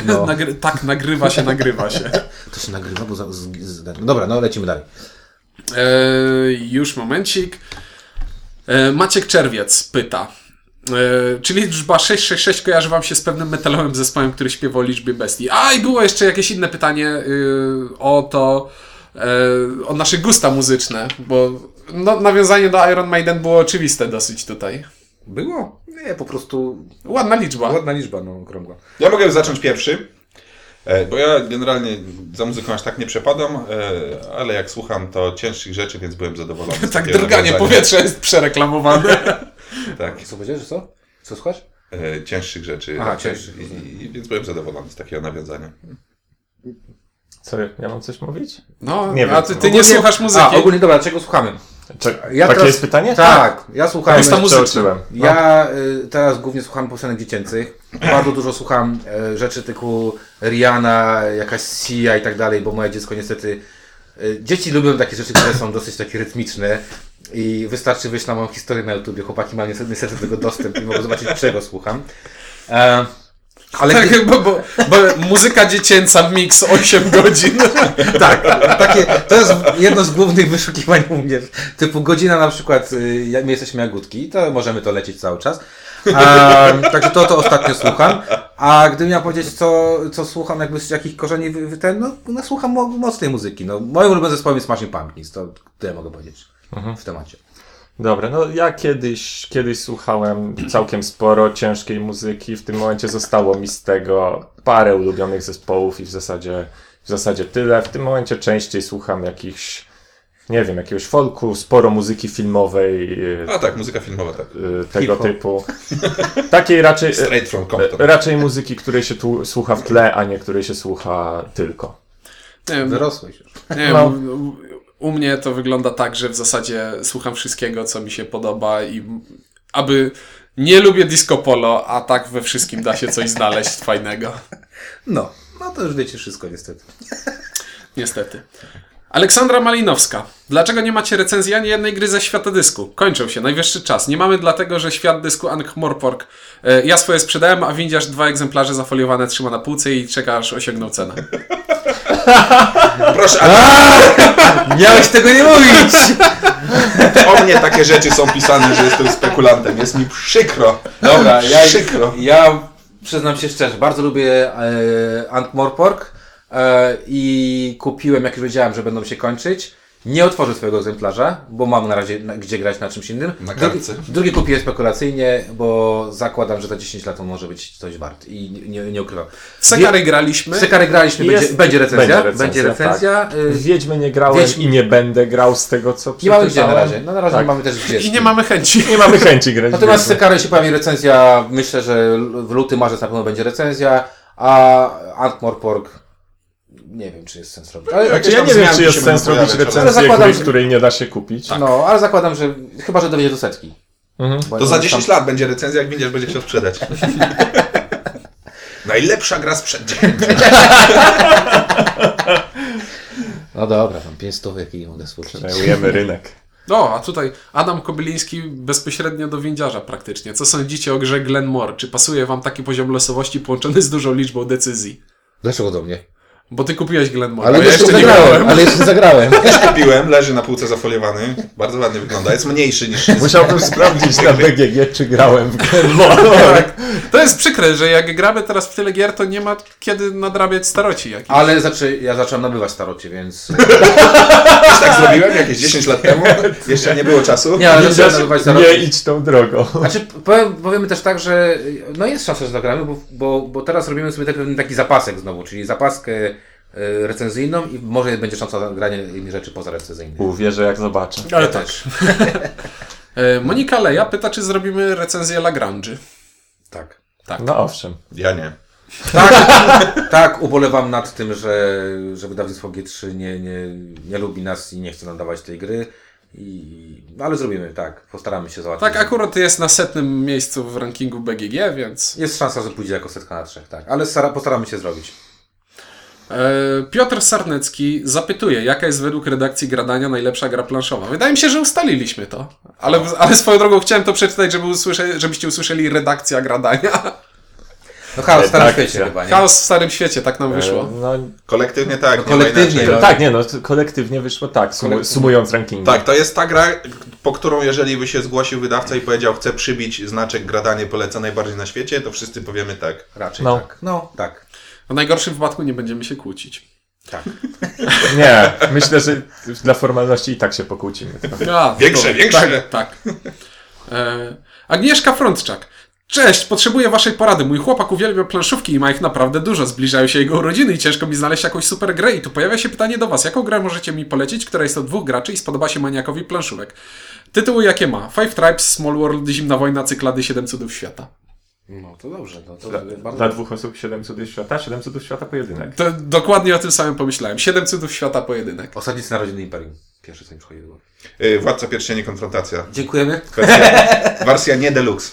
[SPEAKER 2] No.
[SPEAKER 3] Nagry tak, nagrywa się, nagrywa się.
[SPEAKER 2] To się nagrywa, bo za, z, z, Dobra, no lecimy dalej.
[SPEAKER 3] E, już momencik. E, Maciek Czerwiec pyta. E, czy liczba 666 kojarzy wam się z pewnym metalowym zespołem, który śpiewał o liczbie bestii? A i było jeszcze jakieś inne pytanie y, o to, y, o nasze gusta muzyczne, bo no, nawiązanie do Iron Maiden było oczywiste dosyć tutaj.
[SPEAKER 2] Było? Nie, po prostu
[SPEAKER 3] Ładna liczba.
[SPEAKER 2] ładna liczba, no okrągła.
[SPEAKER 1] Ja mogę zacząć pierwszy, e, bo ja generalnie za muzyką aż tak nie przepadam, e, ale jak słucham to cięższych rzeczy, więc byłem zadowolony. z
[SPEAKER 3] Tak,
[SPEAKER 1] takiego
[SPEAKER 3] drganie
[SPEAKER 1] nawiązania.
[SPEAKER 3] powietrza jest przereklamowane.
[SPEAKER 1] Tak,
[SPEAKER 2] Co powiedziałeś, że co? Co słuchasz?
[SPEAKER 1] e, cięższych rzeczy.
[SPEAKER 2] Aha,
[SPEAKER 1] raczej.
[SPEAKER 2] cięższych,
[SPEAKER 1] I, i, i- Więc byłem zadowolony z takiego nawiązania.
[SPEAKER 4] Co, ja mam coś mówić?
[SPEAKER 3] No,
[SPEAKER 4] Nie wiem,
[SPEAKER 3] a ty, ty nie
[SPEAKER 2] Ogólnie-
[SPEAKER 3] słuchasz muzyki.
[SPEAKER 2] A, ogólnie dobra, czego słuchamy?
[SPEAKER 4] Czy,
[SPEAKER 2] Ja
[SPEAKER 4] takie
[SPEAKER 2] teraz-
[SPEAKER 4] jest pytanie?
[SPEAKER 2] Tak, ja słuchałem.
[SPEAKER 3] Jest tam muzyka.
[SPEAKER 4] Przeoczyłem. No.
[SPEAKER 2] Ja y, teraz głównie słucham piosenek dziecięcych. Bardzo dużo słucham y, rzeczy typu Rihanna, jakaś Sia i tak dalej, bo moje dziecko niestety. Y, dzieci lubią takie rzeczy, które są dosyć takie rytmiczne. I wystarczy wyjść na moją historię na YouTubie. Chłopaki mają niestety, niestety do tego dostęp i mogą zobaczyć, czego słucham. E, ale
[SPEAKER 3] Tak,
[SPEAKER 2] gdy-
[SPEAKER 3] bo, bo, bo muzyka dziecięca, mix 8 godzin.
[SPEAKER 2] Tak, takie, to jest jedno z głównych wyszukiwań u mnie. Typu godzina na przykład, y, ja- my jesteśmy jagódki, to możemy to lecieć cały czas. A, także to, to ostatnio słucham. A gdybym miał powiedzieć, co, co słucham, jakby z jakich korzeni wy, wy ten, no, no słucham mo- mocnej muzyki. No, moim ulubionym zespołem jest Smashing Pumpkins, to tyle mogę powiedzieć w temacie.
[SPEAKER 4] Dobra, no ja kiedyś, kiedyś słuchałem całkiem sporo ciężkiej muzyki. W tym momencie zostało mi z tego parę ulubionych zespołów i w zasadzie, w zasadzie tyle. W tym momencie częściej słucham jakichś, nie wiem, jakiegoś folku, sporo muzyki filmowej, yy,
[SPEAKER 1] A tak, muzyka filmowa, tak.
[SPEAKER 4] yy, tego
[SPEAKER 2] Hip-hop.
[SPEAKER 4] typu. Takiej raczej,
[SPEAKER 1] Straight from Compton.
[SPEAKER 4] E, raczej muzyki, której się tu słucha w tle, a nie której się słucha tylko.
[SPEAKER 3] Nie wiem,
[SPEAKER 2] Dorosłeś już.
[SPEAKER 3] nie wiem,
[SPEAKER 4] No.
[SPEAKER 3] u- u mnie to wygląda tak, że w zasadzie słucham wszystkiego, co mi się podoba i aby nie lubię disco polo, a tak we wszystkim da się coś znaleźć fajnego.
[SPEAKER 2] No, no to już wiecie wszystko niestety.
[SPEAKER 3] Niestety. Aleksandra Malinowska. Dlaczego nie macie recenzji ani jednej gry ze świata dysku? Kończą się, najwyższy czas. Nie mamy dlatego, że świat dysku Ankh-Morpork. E, ja swoje sprzedałem, a windiarz dwa egzemplarze zafoliowane trzyma na półce i czeka aż osiągną cenę.
[SPEAKER 1] Proszę, a
[SPEAKER 2] Miałeś tego nie mówić!
[SPEAKER 4] e,
[SPEAKER 1] o mnie takie rzeczy są pisane, że jestem spekulantem. Jest mi przykro.
[SPEAKER 2] Dobra, ja,
[SPEAKER 1] Przykro.
[SPEAKER 4] Znaczy,
[SPEAKER 2] ja przyznam się szczerze, bardzo lubię e, Antmorpork e, i kupiłem, jak już wiedziałem, że będą się kończyć. Nie otworzę swojego egzemplarza, bo mam na razie na, gdzie grać na czymś innym.
[SPEAKER 1] Na
[SPEAKER 2] Drugi-
[SPEAKER 1] kartce.
[SPEAKER 2] Drugi kupiłem spekulacyjnie, bo zakładam, że za 10 lat on może być coś wart i nie, nie ukrywam.
[SPEAKER 3] W Sekary graliśmy.
[SPEAKER 2] Wie- Sekary graliśmy, będzie,
[SPEAKER 4] Jest-
[SPEAKER 2] będzie recenzja.
[SPEAKER 4] będzie
[SPEAKER 2] Będzie
[SPEAKER 4] recenzja,
[SPEAKER 2] recenzja. y,
[SPEAKER 4] Wiedźmy nie grałem
[SPEAKER 2] Wiedźmy.
[SPEAKER 4] i nie będę grał z tego, co
[SPEAKER 2] nie mamy gdzie na
[SPEAKER 4] przeczytałem.
[SPEAKER 2] razie. No na razie
[SPEAKER 4] Tak.
[SPEAKER 2] nie mamy też gdzie.
[SPEAKER 3] I nie mamy chęci.
[SPEAKER 4] Nie mamy chęci grać. w
[SPEAKER 2] Natomiast z
[SPEAKER 4] Wiedźmy.
[SPEAKER 2] Sekary się pojawi recenzja, myślę, że w luty, marzec na pewno będzie recenzja, a Antmorpork nie wiem, czy jest sens robić. Ale,
[SPEAKER 1] Jak-
[SPEAKER 4] Znaczy, ja
[SPEAKER 1] Tam
[SPEAKER 4] nie wiem,
[SPEAKER 1] zmianki
[SPEAKER 4] czy
[SPEAKER 1] się
[SPEAKER 4] jest sens
[SPEAKER 1] będą
[SPEAKER 4] robić
[SPEAKER 1] pojawiać,
[SPEAKER 2] ale
[SPEAKER 4] recenzję
[SPEAKER 2] zakładam,
[SPEAKER 4] gry,
[SPEAKER 2] że-
[SPEAKER 4] której nie da się kupić.
[SPEAKER 3] Tak.
[SPEAKER 2] No, ale zakładam, że chyba, że dowiedzie do setki.
[SPEAKER 3] Mhm.
[SPEAKER 2] Bo-
[SPEAKER 1] To
[SPEAKER 2] bo
[SPEAKER 1] za
[SPEAKER 2] tam-
[SPEAKER 1] 10 lat będzie recenzja, jak będziesz będzie chciał sprzedać. Najlepsza gra sprzed 10 lat.
[SPEAKER 2] No dobra, tam 5 stówek i mogę spuścić.
[SPEAKER 4] Kreujemy rynek.
[SPEAKER 3] No, a tutaj Adam Kobyliński bezpośrednio do windziarza praktycznie. Co sądzicie o grze Glenmore? Czy pasuje wam taki poziom losowości połączony z dużą liczbą decyzji?
[SPEAKER 2] Dlaczego do mnie?
[SPEAKER 3] Bo ty kupiłeś Glenmore,
[SPEAKER 2] Ale
[SPEAKER 3] a ja
[SPEAKER 2] jeszcze
[SPEAKER 3] jeszcze nie
[SPEAKER 2] zagrałem,
[SPEAKER 3] grałem.
[SPEAKER 2] ale jeszcze zagrałem.
[SPEAKER 1] Kupiłem, leży na półce zafoliowany. Bardzo ładnie wygląda. Jest mniejszy niż...
[SPEAKER 4] Musiałbym sprawdzić na BGG, czy grałem w No, Glenmore.
[SPEAKER 3] Tak. To jest przykre, że jak gramy teraz w tyle gier, to nie ma kiedy nadrabiać staroci. Jakich.
[SPEAKER 2] Ale znaczy, ja zacząłem nabywać starocie, więc...
[SPEAKER 1] Też tak zrobiłem jakieś 10 lat temu. Jeszcze nie było czasu.
[SPEAKER 2] Nie, ale zacząłem nabywać
[SPEAKER 4] Nie,
[SPEAKER 2] starocie.
[SPEAKER 4] nie idź tą drogą.
[SPEAKER 2] Znaczy, powiem, powiemy też tak, że no jest szansa, że zagramy, bo, bo, bo teraz robimy sobie taki, taki zapasek znowu, czyli zapaskę e, recenzyjną i może będzie szansa na granie innych rzeczy poza recenzyjnymi.
[SPEAKER 4] Uwierzę, jak zobaczę.
[SPEAKER 3] Ale
[SPEAKER 2] Ja też.
[SPEAKER 3] E, Monika Leja pyta, czy zrobimy recenzję Lagrange.
[SPEAKER 2] Tak.
[SPEAKER 4] No owszem.
[SPEAKER 1] Ja nie.
[SPEAKER 2] Tak, ubolewam nad tym, że, że wydawnictwo G3 nie, nie, nie lubi nas i nie chce nam dawać tej gry. I, ale zrobimy, tak. Postaramy się załatwić.
[SPEAKER 3] Tak, akurat jest na setnym miejscu w rankingu BGG, więc.
[SPEAKER 2] Jest szansa, że pójdzie jako setka na trzech, tak. Ale stara, postaramy się zrobić.
[SPEAKER 3] E, Piotr Sarnecki zapytuje, jaka jest według redakcji Gradania najlepsza gra planszowa. Wydaje mi się, że ustaliliśmy to. Ale, ale swoją drogą chciałem to przeczytać, żeby usłysze, żebyście usłyszeli redakcja Gradania.
[SPEAKER 2] No chaos w starym
[SPEAKER 4] Redakcja.
[SPEAKER 2] świecie chyba, nie?
[SPEAKER 3] Chaos w Starym Świecie, tak nam
[SPEAKER 4] E,
[SPEAKER 3] wyszło.
[SPEAKER 4] No,
[SPEAKER 1] Kolektywnie tak. nie ma
[SPEAKER 2] kolektywnie,
[SPEAKER 1] inaczej.
[SPEAKER 2] no.
[SPEAKER 4] tak, nie no, to kolektywnie wyszło tak, sumu, sumując rankingi.
[SPEAKER 1] Tak, to jest ta gra, po którą jeżeli by się zgłosił wydawca i powiedział, chcę przybić znaczek gradanie poleca najbardziej na świecie, to wszyscy powiemy tak.
[SPEAKER 2] Raczej
[SPEAKER 4] No.
[SPEAKER 2] tak. No, tak.
[SPEAKER 3] W najgorszym wypadku nie będziemy się kłócić.
[SPEAKER 2] Tak.
[SPEAKER 4] Nie, myślę, że dla formalności i tak się pokłócimy.
[SPEAKER 3] A,
[SPEAKER 1] Większe,
[SPEAKER 3] dobra.
[SPEAKER 1] większe.
[SPEAKER 3] Tak, tak. E, Agnieszka Frontczak. Cześć, potrzebuję waszej porady. Mój chłopak uwielbia planszówki i ma ich naprawdę dużo. Zbliżają się jego urodziny i ciężko mi znaleźć jakąś super grę. I tu pojawia się pytanie do was. Jaką grę możecie mi polecić, która jest od dwóch graczy i spodoba się maniakowi planszówek? Tytuły jakie ma? Five Tribes, Small World, Zimna Wojna, Cyklady, Siedem Cudów Świata.
[SPEAKER 2] No to dobrze. No, to
[SPEAKER 4] Dla,
[SPEAKER 2] bardzo
[SPEAKER 3] tak.
[SPEAKER 4] dla dwóch osób 7 cudów świata, 7 cudów świata pojedynek.
[SPEAKER 3] To, dokładnie o tym samym pomyślałem. Siedem Cudów Świata pojedynek.
[SPEAKER 2] Osadnicy Narodziny Imperium. Pierwsze co mi przychodzi do głowy.
[SPEAKER 1] Yy, Władca pierścieni konfrontacja.
[SPEAKER 2] Dziękujemy.
[SPEAKER 1] Wersja, wersja nie deluxe.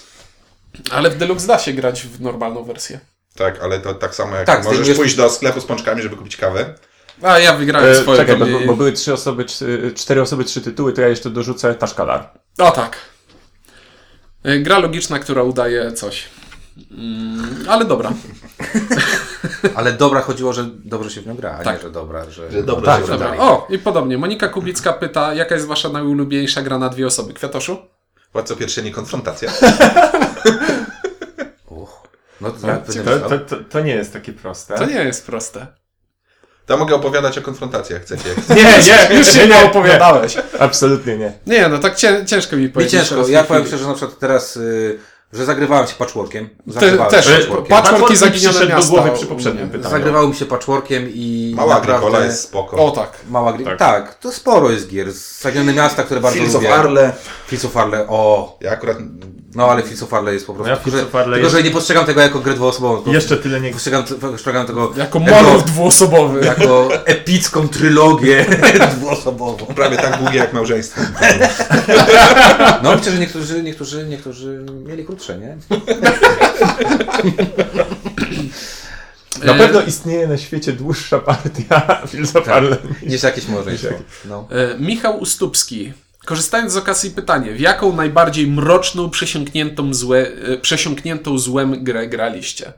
[SPEAKER 3] Ale w Deluxe da się grać w normalną wersję.
[SPEAKER 1] Tak, ale to tak samo jak
[SPEAKER 2] Tak,
[SPEAKER 1] możesz
[SPEAKER 2] zdejmujesz-
[SPEAKER 1] pójść do sklepu z pączkami, żeby kupić kawę.
[SPEAKER 3] A ja wygrałem
[SPEAKER 4] E,
[SPEAKER 3] swoje.
[SPEAKER 4] czekaj,
[SPEAKER 3] to
[SPEAKER 4] bo,
[SPEAKER 3] mnie-
[SPEAKER 4] bo były trzy osoby, trzy- cztery osoby, trzy tytuły, to ja jeszcze dorzucę Taszkalar.
[SPEAKER 3] O tak. Y, Gra logiczna, która udaje coś. Mm, ale dobra.
[SPEAKER 2] Ale dobra chodziło, że dobrze się w nią gra, a
[SPEAKER 3] Tak.
[SPEAKER 2] nie, że dobra, że...
[SPEAKER 1] Że dobra,
[SPEAKER 4] tak,
[SPEAKER 1] że
[SPEAKER 3] dobra.
[SPEAKER 1] dobra.
[SPEAKER 3] O, i podobnie. Monika Kubicka pyta, jaka jest wasza najulubieńsza gra na dwie osoby? Kwiatoszu?
[SPEAKER 1] Władca pierścieni konfrontacja.
[SPEAKER 2] Uch. No to,
[SPEAKER 4] To,
[SPEAKER 2] tak,
[SPEAKER 4] to, to, to, to nie jest takie proste.
[SPEAKER 3] To nie jest proste.
[SPEAKER 1] To mogę opowiadać o konfrontacjach, chcecie.
[SPEAKER 4] nie, nie,
[SPEAKER 3] Już się nie opowiadałeś.
[SPEAKER 4] Absolutnie nie.
[SPEAKER 3] Nie, no tak cię, ciężko mi
[SPEAKER 2] Mi
[SPEAKER 3] powiedzieć.
[SPEAKER 2] ciężko,
[SPEAKER 3] teraz w
[SPEAKER 2] ja
[SPEAKER 3] tej
[SPEAKER 2] powiem
[SPEAKER 3] chwili.
[SPEAKER 2] szczerze, że na przykład teraz y, że zagrywałem się patchworkiem. Zagrywałem
[SPEAKER 3] też.
[SPEAKER 2] się patchworkiem.
[SPEAKER 3] Patchwork
[SPEAKER 4] Patchwork
[SPEAKER 3] i
[SPEAKER 4] mi
[SPEAKER 3] zaginione
[SPEAKER 4] przyszedł
[SPEAKER 3] miasta.
[SPEAKER 4] do głowy przy poprzednim
[SPEAKER 2] Tak,
[SPEAKER 4] pytaniu.
[SPEAKER 2] Zagrywało mi się patchworkiem i
[SPEAKER 1] Mała
[SPEAKER 2] naprawdę...
[SPEAKER 1] Agricola jest spoko.
[SPEAKER 3] O tak.
[SPEAKER 2] Mała gry...
[SPEAKER 4] Tak.
[SPEAKER 2] tak. to sporo jest gier. Zagione miasta, które bardzo
[SPEAKER 1] Fields of
[SPEAKER 2] lubię.
[SPEAKER 1] Arle.
[SPEAKER 2] Fields of Arle, o.
[SPEAKER 1] Ja akurat...
[SPEAKER 2] No ale Fields of Arle jest po prostu...
[SPEAKER 4] No ja
[SPEAKER 2] tylko,
[SPEAKER 4] Fields
[SPEAKER 2] że-
[SPEAKER 4] of Arle
[SPEAKER 2] tylko,
[SPEAKER 4] jest-
[SPEAKER 2] że nie postrzegam tego jako grę dwuosobową.
[SPEAKER 4] Jeszcze tyle nie...
[SPEAKER 2] Postrzegam, postrzegam tego
[SPEAKER 3] Jako manów dwuosobowy.
[SPEAKER 2] jako epicką trylogię dwuosobową.
[SPEAKER 1] Prawie tak długie jak małżeństwo.
[SPEAKER 2] No myślę, że niektórzy, niektórzy, niektórzy mieli krótsze, nie?
[SPEAKER 3] E,
[SPEAKER 4] Na pewno istnieje na świecie dłuższa partia filozofalna.
[SPEAKER 2] Niż jakieś małżeństwo. No.
[SPEAKER 3] E, Michał Ustupski. Korzystając z okazji pytanie, w jaką najbardziej mroczną, przesiąkniętą, złe, e, przesiąkniętą złem grę graliście?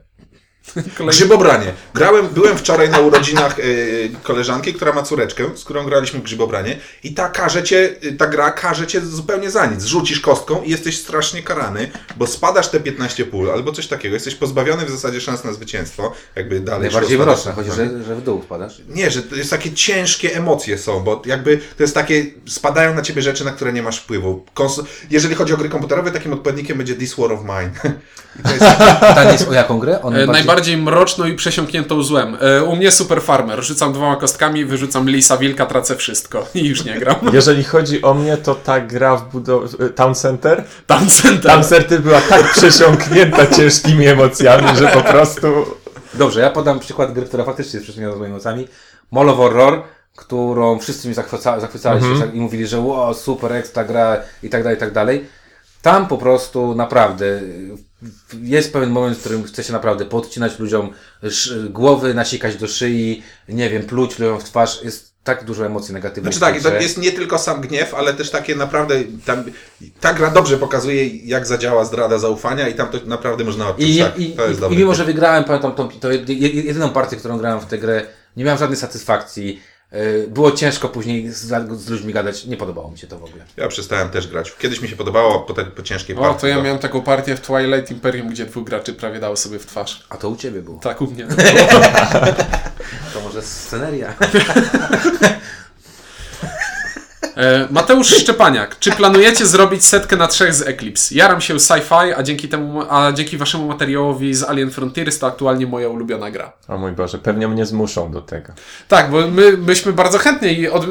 [SPEAKER 1] Grzybobranie. Grałem, byłem wczoraj na urodzinach y, koleżanki, która ma córeczkę, z którą graliśmy w grzybobranie i ta każe cię, y, ta gra każe cię zupełnie za nic. Rzucisz kostką i jesteś strasznie karany, bo spadasz te 15 pól albo coś takiego. Jesteś pozbawiony w zasadzie szans na zwycięstwo, jakby dalej.
[SPEAKER 2] Najbardziej
[SPEAKER 1] szło
[SPEAKER 2] mroczne,
[SPEAKER 1] spadać.
[SPEAKER 2] chodzi, że, że w dół wpadasz.
[SPEAKER 1] Nie, że to jest takie ciężkie emocje są, bo jakby to jest takie, spadają na ciebie rzeczy, na które nie masz wpływu. Konso- Jeżeli chodzi o gry komputerowe, takim odpowiednikiem będzie This War of Mine. I to jest
[SPEAKER 2] Pytanie jest o jaką grę? O
[SPEAKER 3] E, Najbardziej mroczną i przesiąkniętą złem. E, U mnie super farmer. Rzucam dwoma kostkami, wyrzucam lisa, wilka, tracę wszystko. I już nie gram.
[SPEAKER 4] Jeżeli chodzi o mnie, to ta gra w budow- Town Center,
[SPEAKER 3] Tam center.
[SPEAKER 4] Town Center była tak przesiąknięta ciężkimi emocjami, że po prostu...
[SPEAKER 2] Dobrze, ja podam przykład gry, która faktycznie jest przesunięta z moimi nocami. Mall of Horror, którą wszyscy mi zachwyca, zachwycali
[SPEAKER 1] Mhm.
[SPEAKER 2] się i mówili, że o, super, ekstra gra i tak dalej, i tak dalej. Tam po prostu naprawdę y, jest pewien moment, w którym chce się naprawdę podcinać ludziom sz- głowy, nasikać do szyi, nie wiem, pluć ludziom w twarz. Jest tak dużo emocji negatywnych.
[SPEAKER 1] Znaczy
[SPEAKER 2] w
[SPEAKER 1] tak,
[SPEAKER 2] tej
[SPEAKER 1] to
[SPEAKER 2] grze.
[SPEAKER 1] jest nie tylko sam gniew, ale też takie naprawdę, tam, ta gra dobrze pokazuje, jak zadziała zdrada zaufania i tam to naprawdę można odczuć,
[SPEAKER 2] I,
[SPEAKER 1] tak,
[SPEAKER 2] i,
[SPEAKER 1] to jest
[SPEAKER 2] i,
[SPEAKER 1] dobre.
[SPEAKER 2] I mimo, że wygrałem, pamiętam tą, tą to je- jedyną partię, którą grałem w tę grę, nie miałem żadnej satysfakcji. y, Było ciężko później z, z ludźmi gadać, nie podobało mi się to w ogóle.
[SPEAKER 1] Ja przestałem też grać. Kiedyś mi się podobało, po, te, po ciężkiej
[SPEAKER 3] O,
[SPEAKER 1] partii.
[SPEAKER 3] to ja
[SPEAKER 1] do-
[SPEAKER 3] miałem taką partię w Twilight Imperium, gdzie dwóch graczy prawie dało sobie w twarz.
[SPEAKER 2] A to u ciebie było.
[SPEAKER 3] Tak, u mnie.
[SPEAKER 2] To może sceneria.
[SPEAKER 3] E, Mateusz Szczepaniak, czy planujecie zrobić setkę na trzech z Eclipse? Jaram się sci-fi, a dzięki temu, a dzięki waszemu materiałowi z Alien Frontiers to aktualnie moja ulubiona gra.
[SPEAKER 4] O mój Boże, pewnie mnie zmuszą do tego.
[SPEAKER 3] Tak, bo my byśmy bardzo chętnie i od,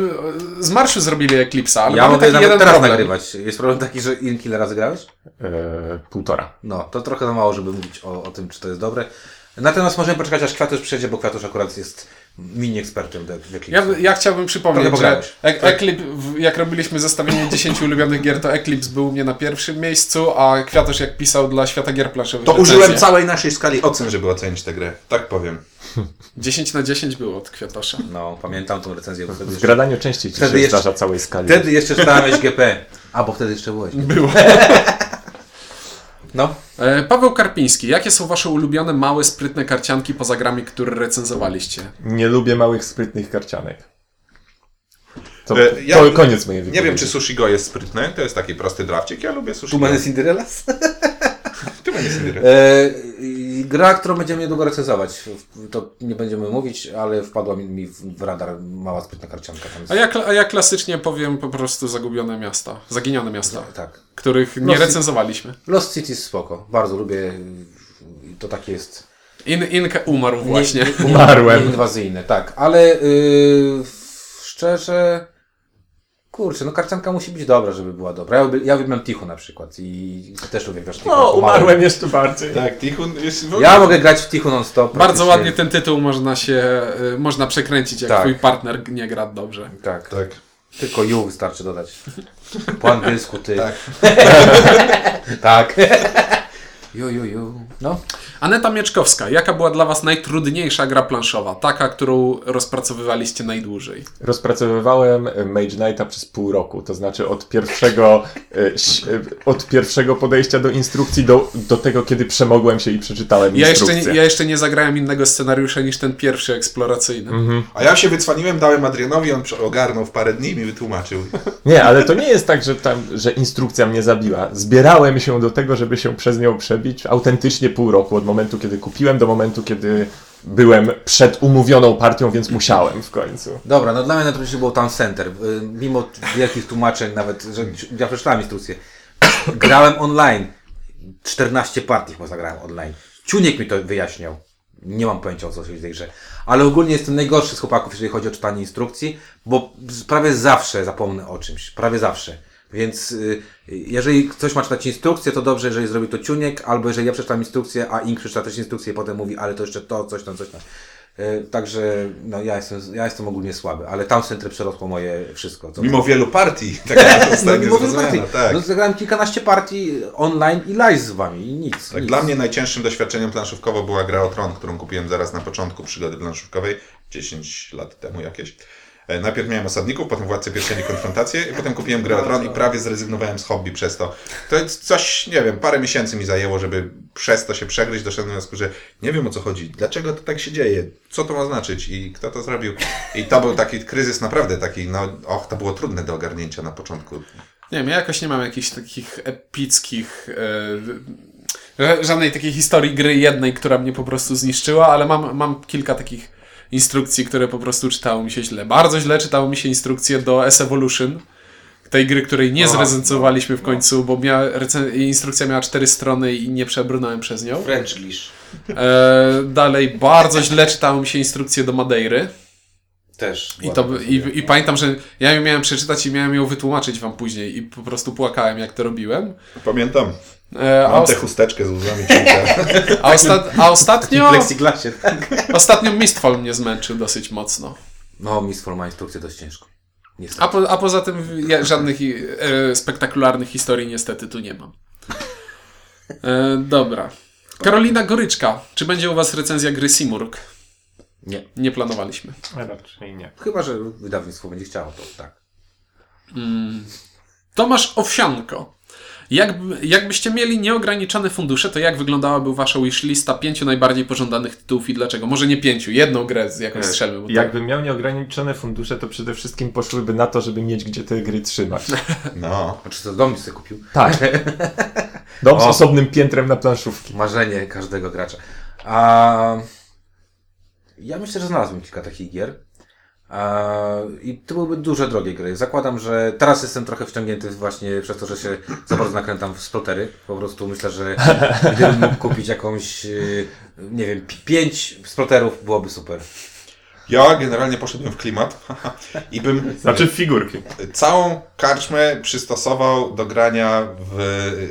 [SPEAKER 3] z marszu zrobili Eclipse, ale
[SPEAKER 2] Ja
[SPEAKER 3] mamy
[SPEAKER 2] mogę
[SPEAKER 3] taki
[SPEAKER 2] nawet
[SPEAKER 3] jeden
[SPEAKER 2] teraz
[SPEAKER 3] problem.
[SPEAKER 2] nagrywać. Jest problem taki, że in ile razy grałeś?
[SPEAKER 4] Eee, półtora.
[SPEAKER 2] No, to trochę za mało, żeby mówić o, o tym, czy to jest dobre. Natomiast możemy poczekać, aż Kwiatusz przyjdzie, bo Kwiatusz akurat jest mini ekspertem do Eclipse.
[SPEAKER 3] Ja, ja chciałbym
[SPEAKER 2] Trochę
[SPEAKER 3] przypomnieć, że
[SPEAKER 2] pograłeś. Tak.
[SPEAKER 3] e Eclipse, w- jak robiliśmy zestawienie 10 ulubionych gier, to Eclipse był u mnie na pierwszym miejscu, a Kwiatosz jak pisał dla świata gier planszowych.
[SPEAKER 1] To
[SPEAKER 3] recenzję.
[SPEAKER 1] użyłem całej naszej skali ocen, żeby ocenić tę grę. Tak powiem.
[SPEAKER 3] 10 na 10 było od Kwiatosza.
[SPEAKER 2] No, pamiętam tą recenzję. bo Wtedy
[SPEAKER 4] W
[SPEAKER 2] jeszcze,
[SPEAKER 4] gradaniu częściej ci się
[SPEAKER 2] Wtedy jeszcze-
[SPEAKER 4] zdarza całej skali.
[SPEAKER 2] wtedy jeszcze czytałem SGP. A, bo wtedy jeszcze byłeś.
[SPEAKER 3] Było.
[SPEAKER 2] No.
[SPEAKER 3] E, Paweł Karpiński, jakie są wasze ulubione, małe, sprytne karcianki poza grami, które recenzowaliście?
[SPEAKER 4] Nie lubię małych, sprytnych karcianek. To,
[SPEAKER 1] E, ja-
[SPEAKER 4] to koniec mojej
[SPEAKER 1] Nie
[SPEAKER 4] wypowiedzi.
[SPEAKER 1] wiem, czy Sushi Go jest sprytne, to jest taki prosty drawcik. Ja lubię Sushi Go.
[SPEAKER 2] Tumany Cinderellas?
[SPEAKER 1] Tu będzie Cinderella.
[SPEAKER 2] E, i gra, którą będziemy niedługo recenzować. W- To nie będziemy mówić, ale wpadła mi- mi w w radar mała sprytna karcianka. Tam jest.
[SPEAKER 3] A ja, kla- a ja klasycznie powiem po prostu zagubione miasta, zaginione miasta,
[SPEAKER 2] Tak.
[SPEAKER 3] których nie
[SPEAKER 2] Lost-
[SPEAKER 3] recenzowaliśmy.
[SPEAKER 2] Lost City jest spoko. Bardzo lubię. y, To takie jest.
[SPEAKER 3] In, Inka umarł właśnie.
[SPEAKER 2] Nie-
[SPEAKER 4] Umarłem.
[SPEAKER 2] Nieinwazyjne, tak. Ale y, w- szczerze. Kurczę, no karcianka musi być dobra, żeby była dobra. Ja, lubię- ja lubiłem Tichu na przykład i też lubię grać w Tichu.
[SPEAKER 4] O,
[SPEAKER 2] Umarłem.
[SPEAKER 4] umarłem jeszcze bardziej.
[SPEAKER 1] Tak, Tichun jest... w ogóle-
[SPEAKER 2] Ja mogę grać w Tichu non-stop.
[SPEAKER 3] Bardzo
[SPEAKER 2] praktycznie.
[SPEAKER 3] ładnie ten tytuł można się, y, można przekręcić, jak
[SPEAKER 2] Tak.
[SPEAKER 3] twój partner nie gra dobrze.
[SPEAKER 2] Tak.
[SPEAKER 1] Tak.
[SPEAKER 2] Tylko you wystarczy dodać. Po angielsku ty. Tak. Ju, ju, ju. No.
[SPEAKER 3] Aneta Mieczkowska, jaka była dla was najtrudniejsza gra planszowa? Taka, którą rozpracowywaliście najdłużej.
[SPEAKER 4] Rozpracowywałem e, Mage Knighta przez pół roku, to znaczy od pierwszego, e, ś- e, od pierwszego podejścia do instrukcji do, do tego, kiedy przemogłem się i przeczytałem
[SPEAKER 3] Ja jeszcze,
[SPEAKER 4] instrukcję.
[SPEAKER 3] nie- ja jeszcze nie zagrałem innego scenariusza niż ten pierwszy eksploracyjny.
[SPEAKER 1] A ja się wycwaniłem, dałem Adrianowi, on prze- ogarnął w parę dni i mi wytłumaczył.
[SPEAKER 4] Nie, ale to nie jest tak, że, tam, że instrukcja mnie zabiła. Zbierałem się do tego, żeby się przez nią przebić autentycznie pół roku, od momentu, kiedy kupiłem, do momentu, kiedy byłem przed umówioną partią, więc musiałem w końcu.
[SPEAKER 2] Dobra, no dla mnie najtrudniejsze było Town Center. Y, Mimo t- wielkich tłumaczeń nawet, że ja przeczytałem instrukcję. Grałem online. 14 partii chyba zagrałem online. Ciuniek mi to wyjaśniał. Nie mam pojęcia o co chodzi w tej grze. Ale ogólnie jestem najgorszy z chłopaków, jeżeli chodzi o czytanie instrukcji, bo z- prawie zawsze zapomnę o czymś. Prawie zawsze. Więc y, jeżeli ktoś ma czytać instrukcję, to dobrze, jeżeli zrobi to ciuniek, albo jeżeli ja przeczytam instrukcję, a Ink przeczyta też instrukcję i potem mówi, ale to jeszcze to, coś tam, coś tam. Y, Także no, ja, jestem, ja jestem ogólnie słaby, ale tam centry przerosło moje wszystko. co-
[SPEAKER 1] Mimo wielu partii. Tak jak
[SPEAKER 2] no,
[SPEAKER 1] zostanie
[SPEAKER 2] mimo wielu
[SPEAKER 1] zrozumiana,
[SPEAKER 2] partii.
[SPEAKER 1] Tak.
[SPEAKER 2] No, zagrałem kilkanaście partii online i live z wami i nic.
[SPEAKER 1] Tak,
[SPEAKER 2] nic.
[SPEAKER 1] dla mnie najcięższym doświadczeniem planszówkowo była gra o Tron, którą kupiłem zaraz na początku przygody planszówkowej, 10 lat temu jakieś. E, Najpierw miałem osadników, potem władcę pierścieni konfrontację i potem kupiłem grę o Tron i prawie zrezygnowałem z hobby przez to. To jest coś, nie wiem, parę miesięcy mi zajęło, żeby przez to się przegryźć, doszedłem do wniosku, że nie wiem o co chodzi, dlaczego to tak się dzieje, co to ma znaczyć i kto to zrobił. I to był taki kryzys naprawdę taki, no och, to było trudne do ogarnięcia na początku.
[SPEAKER 3] Nie wiem, ja jakoś nie mam jakichś takich epickich. e, ża- żadnej takiej historii gry jednej, która mnie po prostu zniszczyła, ale mam, mam kilka takich instrukcji, które po prostu czytało mi się źle. Bardzo źle czytało mi się instrukcje do S-Evolution, tej gry, której nie zrezygnowaliśmy w końcu, bo miała, recen- instrukcja miała cztery strony i nie przebrnąłem przez nią.
[SPEAKER 5] French Glish.
[SPEAKER 3] E, dalej, bardzo źle czytało mi się instrukcje do Madeiry.
[SPEAKER 5] Też.
[SPEAKER 3] I, to, by- i, I pamiętam, że ja ją miałem przeczytać i miałem ją wytłumaczyć wam później i po prostu płakałem, jak to robiłem.
[SPEAKER 1] Pamiętam,
[SPEAKER 3] E, a,
[SPEAKER 1] mam tę
[SPEAKER 3] osta-
[SPEAKER 1] chusteczkę z łzami. cięcia.
[SPEAKER 3] a, osta- a ostatnio,
[SPEAKER 2] Plexiglasie, tak.
[SPEAKER 3] ostatnio Mistfall mnie zmęczył dosyć mocno.
[SPEAKER 2] No, Miss Forma instrukcję dość ciężko. Niestety.
[SPEAKER 3] A, po, a poza tym ja żadnych e, spektakularnych historii niestety tu nie mam. E, dobra. Karolina Goryczka. Czy będzie u was recenzja gry Simurg?
[SPEAKER 2] Nie.
[SPEAKER 3] Nie planowaliśmy.
[SPEAKER 4] Raczej nie.
[SPEAKER 2] Chyba, że wydawnictwo będzie chciało to, tak.
[SPEAKER 3] Tomasz Owsianko. Jak, jakbyście mieli nieograniczone fundusze, to jak wyglądałaby wasza wishlista pięciu najbardziej pożądanych tytułów i dlaczego? Może nie pięciu, jedną grę z jakąś strzelmy. Bo tak to-
[SPEAKER 4] E, Jakbym miał nieograniczone fundusze, to przede wszystkim poszłyby na to, żeby mieć gdzie te gry trzymać.
[SPEAKER 1] No,
[SPEAKER 2] Znaczy, co dom sobie kupił?
[SPEAKER 4] Tak. Dom z
[SPEAKER 2] O.
[SPEAKER 4] osobnym piętrem na planszówki.
[SPEAKER 2] Marzenie każdego gracza. A... Ja myślę, że znalazłem kilka takich gier. A... I to byłyby duże, drogie gry. Zakładam, że teraz jestem trochę wciągnięty właśnie przez to, że się za bardzo nakrętam w splotery. Po prostu myślę, że gdybym mógł kupić jakąś, yy, nie wiem, pi- pięć sploterów, byłoby super.
[SPEAKER 1] Ja generalnie poszedłem w klimat i bym e,
[SPEAKER 4] Znaczy figurki.
[SPEAKER 1] całą karczmę przystosował do grania w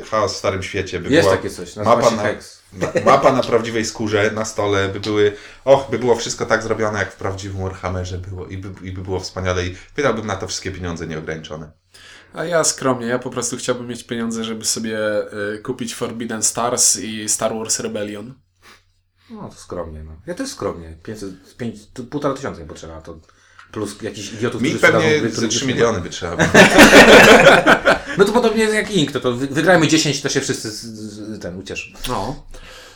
[SPEAKER 1] e, Chaos w Starym Świecie. By
[SPEAKER 2] Jest
[SPEAKER 1] była
[SPEAKER 2] takie coś, nazywa
[SPEAKER 1] mapa
[SPEAKER 2] się
[SPEAKER 1] na,
[SPEAKER 2] Hex.
[SPEAKER 1] na, mapa na prawdziwej skórze, na stole, by były, och, by było wszystko tak zrobione, jak w prawdziwym Warhammerze było i by, i by było wspaniale i wydałbym na to wszystkie pieniądze nieograniczone.
[SPEAKER 3] A ja skromnie, ja po prostu chciałbym mieć pieniądze, żeby sobie y, kupić Forbidden Stars i Star Wars Rebellion.
[SPEAKER 2] No to skromnie, no. Ja też skromnie. 500, 5, tu półtora tysiąca mi potrzeba, to plus jakiś idiotów,
[SPEAKER 1] Mi
[SPEAKER 2] którzy sprzedają
[SPEAKER 1] pewnie
[SPEAKER 2] gry,
[SPEAKER 1] ze
[SPEAKER 2] których
[SPEAKER 1] 3
[SPEAKER 2] nie
[SPEAKER 1] miliony by trzeba było.
[SPEAKER 2] No to podobnie jest jak Ink, to, to wy- wygrajmy 10, to się wszyscy z, z, ten ucieszą.
[SPEAKER 3] No.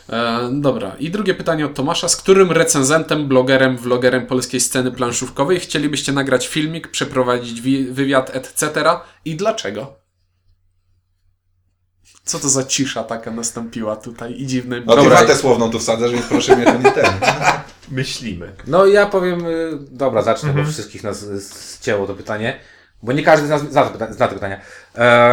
[SPEAKER 3] E, dobra, i drugie pytanie od Tomasza. Z którym recenzentem, blogerem, vlogerem polskiej sceny planszówkowej chcielibyście nagrać filmik, przeprowadzić wi- wywiad, etc. i dlaczego? Co to za cisza taka nastąpiła tutaj i dziwne...
[SPEAKER 1] No ty
[SPEAKER 2] Dobra.
[SPEAKER 1] watę słowną tu wsadzasz, więc proszę mnie to nie ten.
[SPEAKER 4] Myślimy.
[SPEAKER 2] No i ja powiem, y, dobra, zacznę,
[SPEAKER 3] Mhm.
[SPEAKER 2] bo wszystkich nas y, zcięło to pytanie, bo nie każdy z nas zna, to pyta- zna te pytania.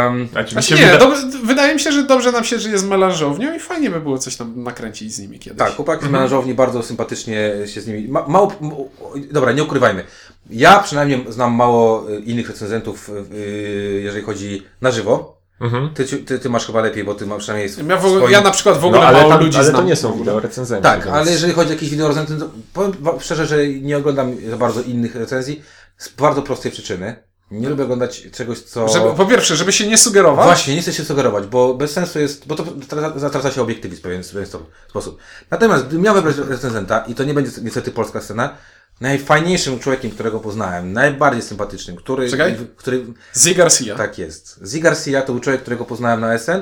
[SPEAKER 2] Um,
[SPEAKER 4] Znaczy, mi
[SPEAKER 3] Znaczy
[SPEAKER 4] się
[SPEAKER 3] nie,
[SPEAKER 4] wyda...
[SPEAKER 3] dobrze, wydaje mi się, że dobrze nam się żyje z melanżownią i fajnie by było coś tam nakręcić z nimi kiedyś.
[SPEAKER 2] tak, chłopaki
[SPEAKER 3] Mhm.
[SPEAKER 2] z menażowni bardzo sympatycznie się z nimi, ma, mało, m- o- dobra, nie ukrywajmy. Ja przynajmniej znam mało y, innych recenzentów, y, y, jeżeli chodzi na żywo.
[SPEAKER 4] Mhm.
[SPEAKER 2] Ty, ci- ty, ty masz chyba lepiej, bo ty masz przynajmniej...
[SPEAKER 3] Ja, w,
[SPEAKER 2] swoim-
[SPEAKER 3] ja na przykład w ogóle
[SPEAKER 4] No, ale,
[SPEAKER 3] mało
[SPEAKER 4] tam,
[SPEAKER 3] ludzi
[SPEAKER 4] ale
[SPEAKER 3] znam.
[SPEAKER 4] to nie są wideo recenzenci.
[SPEAKER 2] Tak,
[SPEAKER 4] więc-
[SPEAKER 2] ale jeżeli chodzi o jakieś wideo recenzje, to powiem wa- szczerze, że nie oglądam za bardzo innych recenzji z bardzo prostej przyczyny. Nie lubię oglądać czegoś, co...
[SPEAKER 3] Żeby, po pierwsze, żeby się nie sugerować.
[SPEAKER 2] Właśnie, nie chcę się sugerować, bo bez sensu jest, bo to tra- zatraca się obiektywizm w pewien, w pewien sto- sposób. Natomiast gdybym miał wybrać recenzenta, i to nie będzie niestety polska scena, najfajniejszym człowiekiem, którego poznałem, najbardziej sympatycznym, który...
[SPEAKER 3] Czekaj.
[SPEAKER 2] który
[SPEAKER 3] Z Garcia.
[SPEAKER 2] tak jest. Zee Garcia to był człowiek, którego poznałem na SN,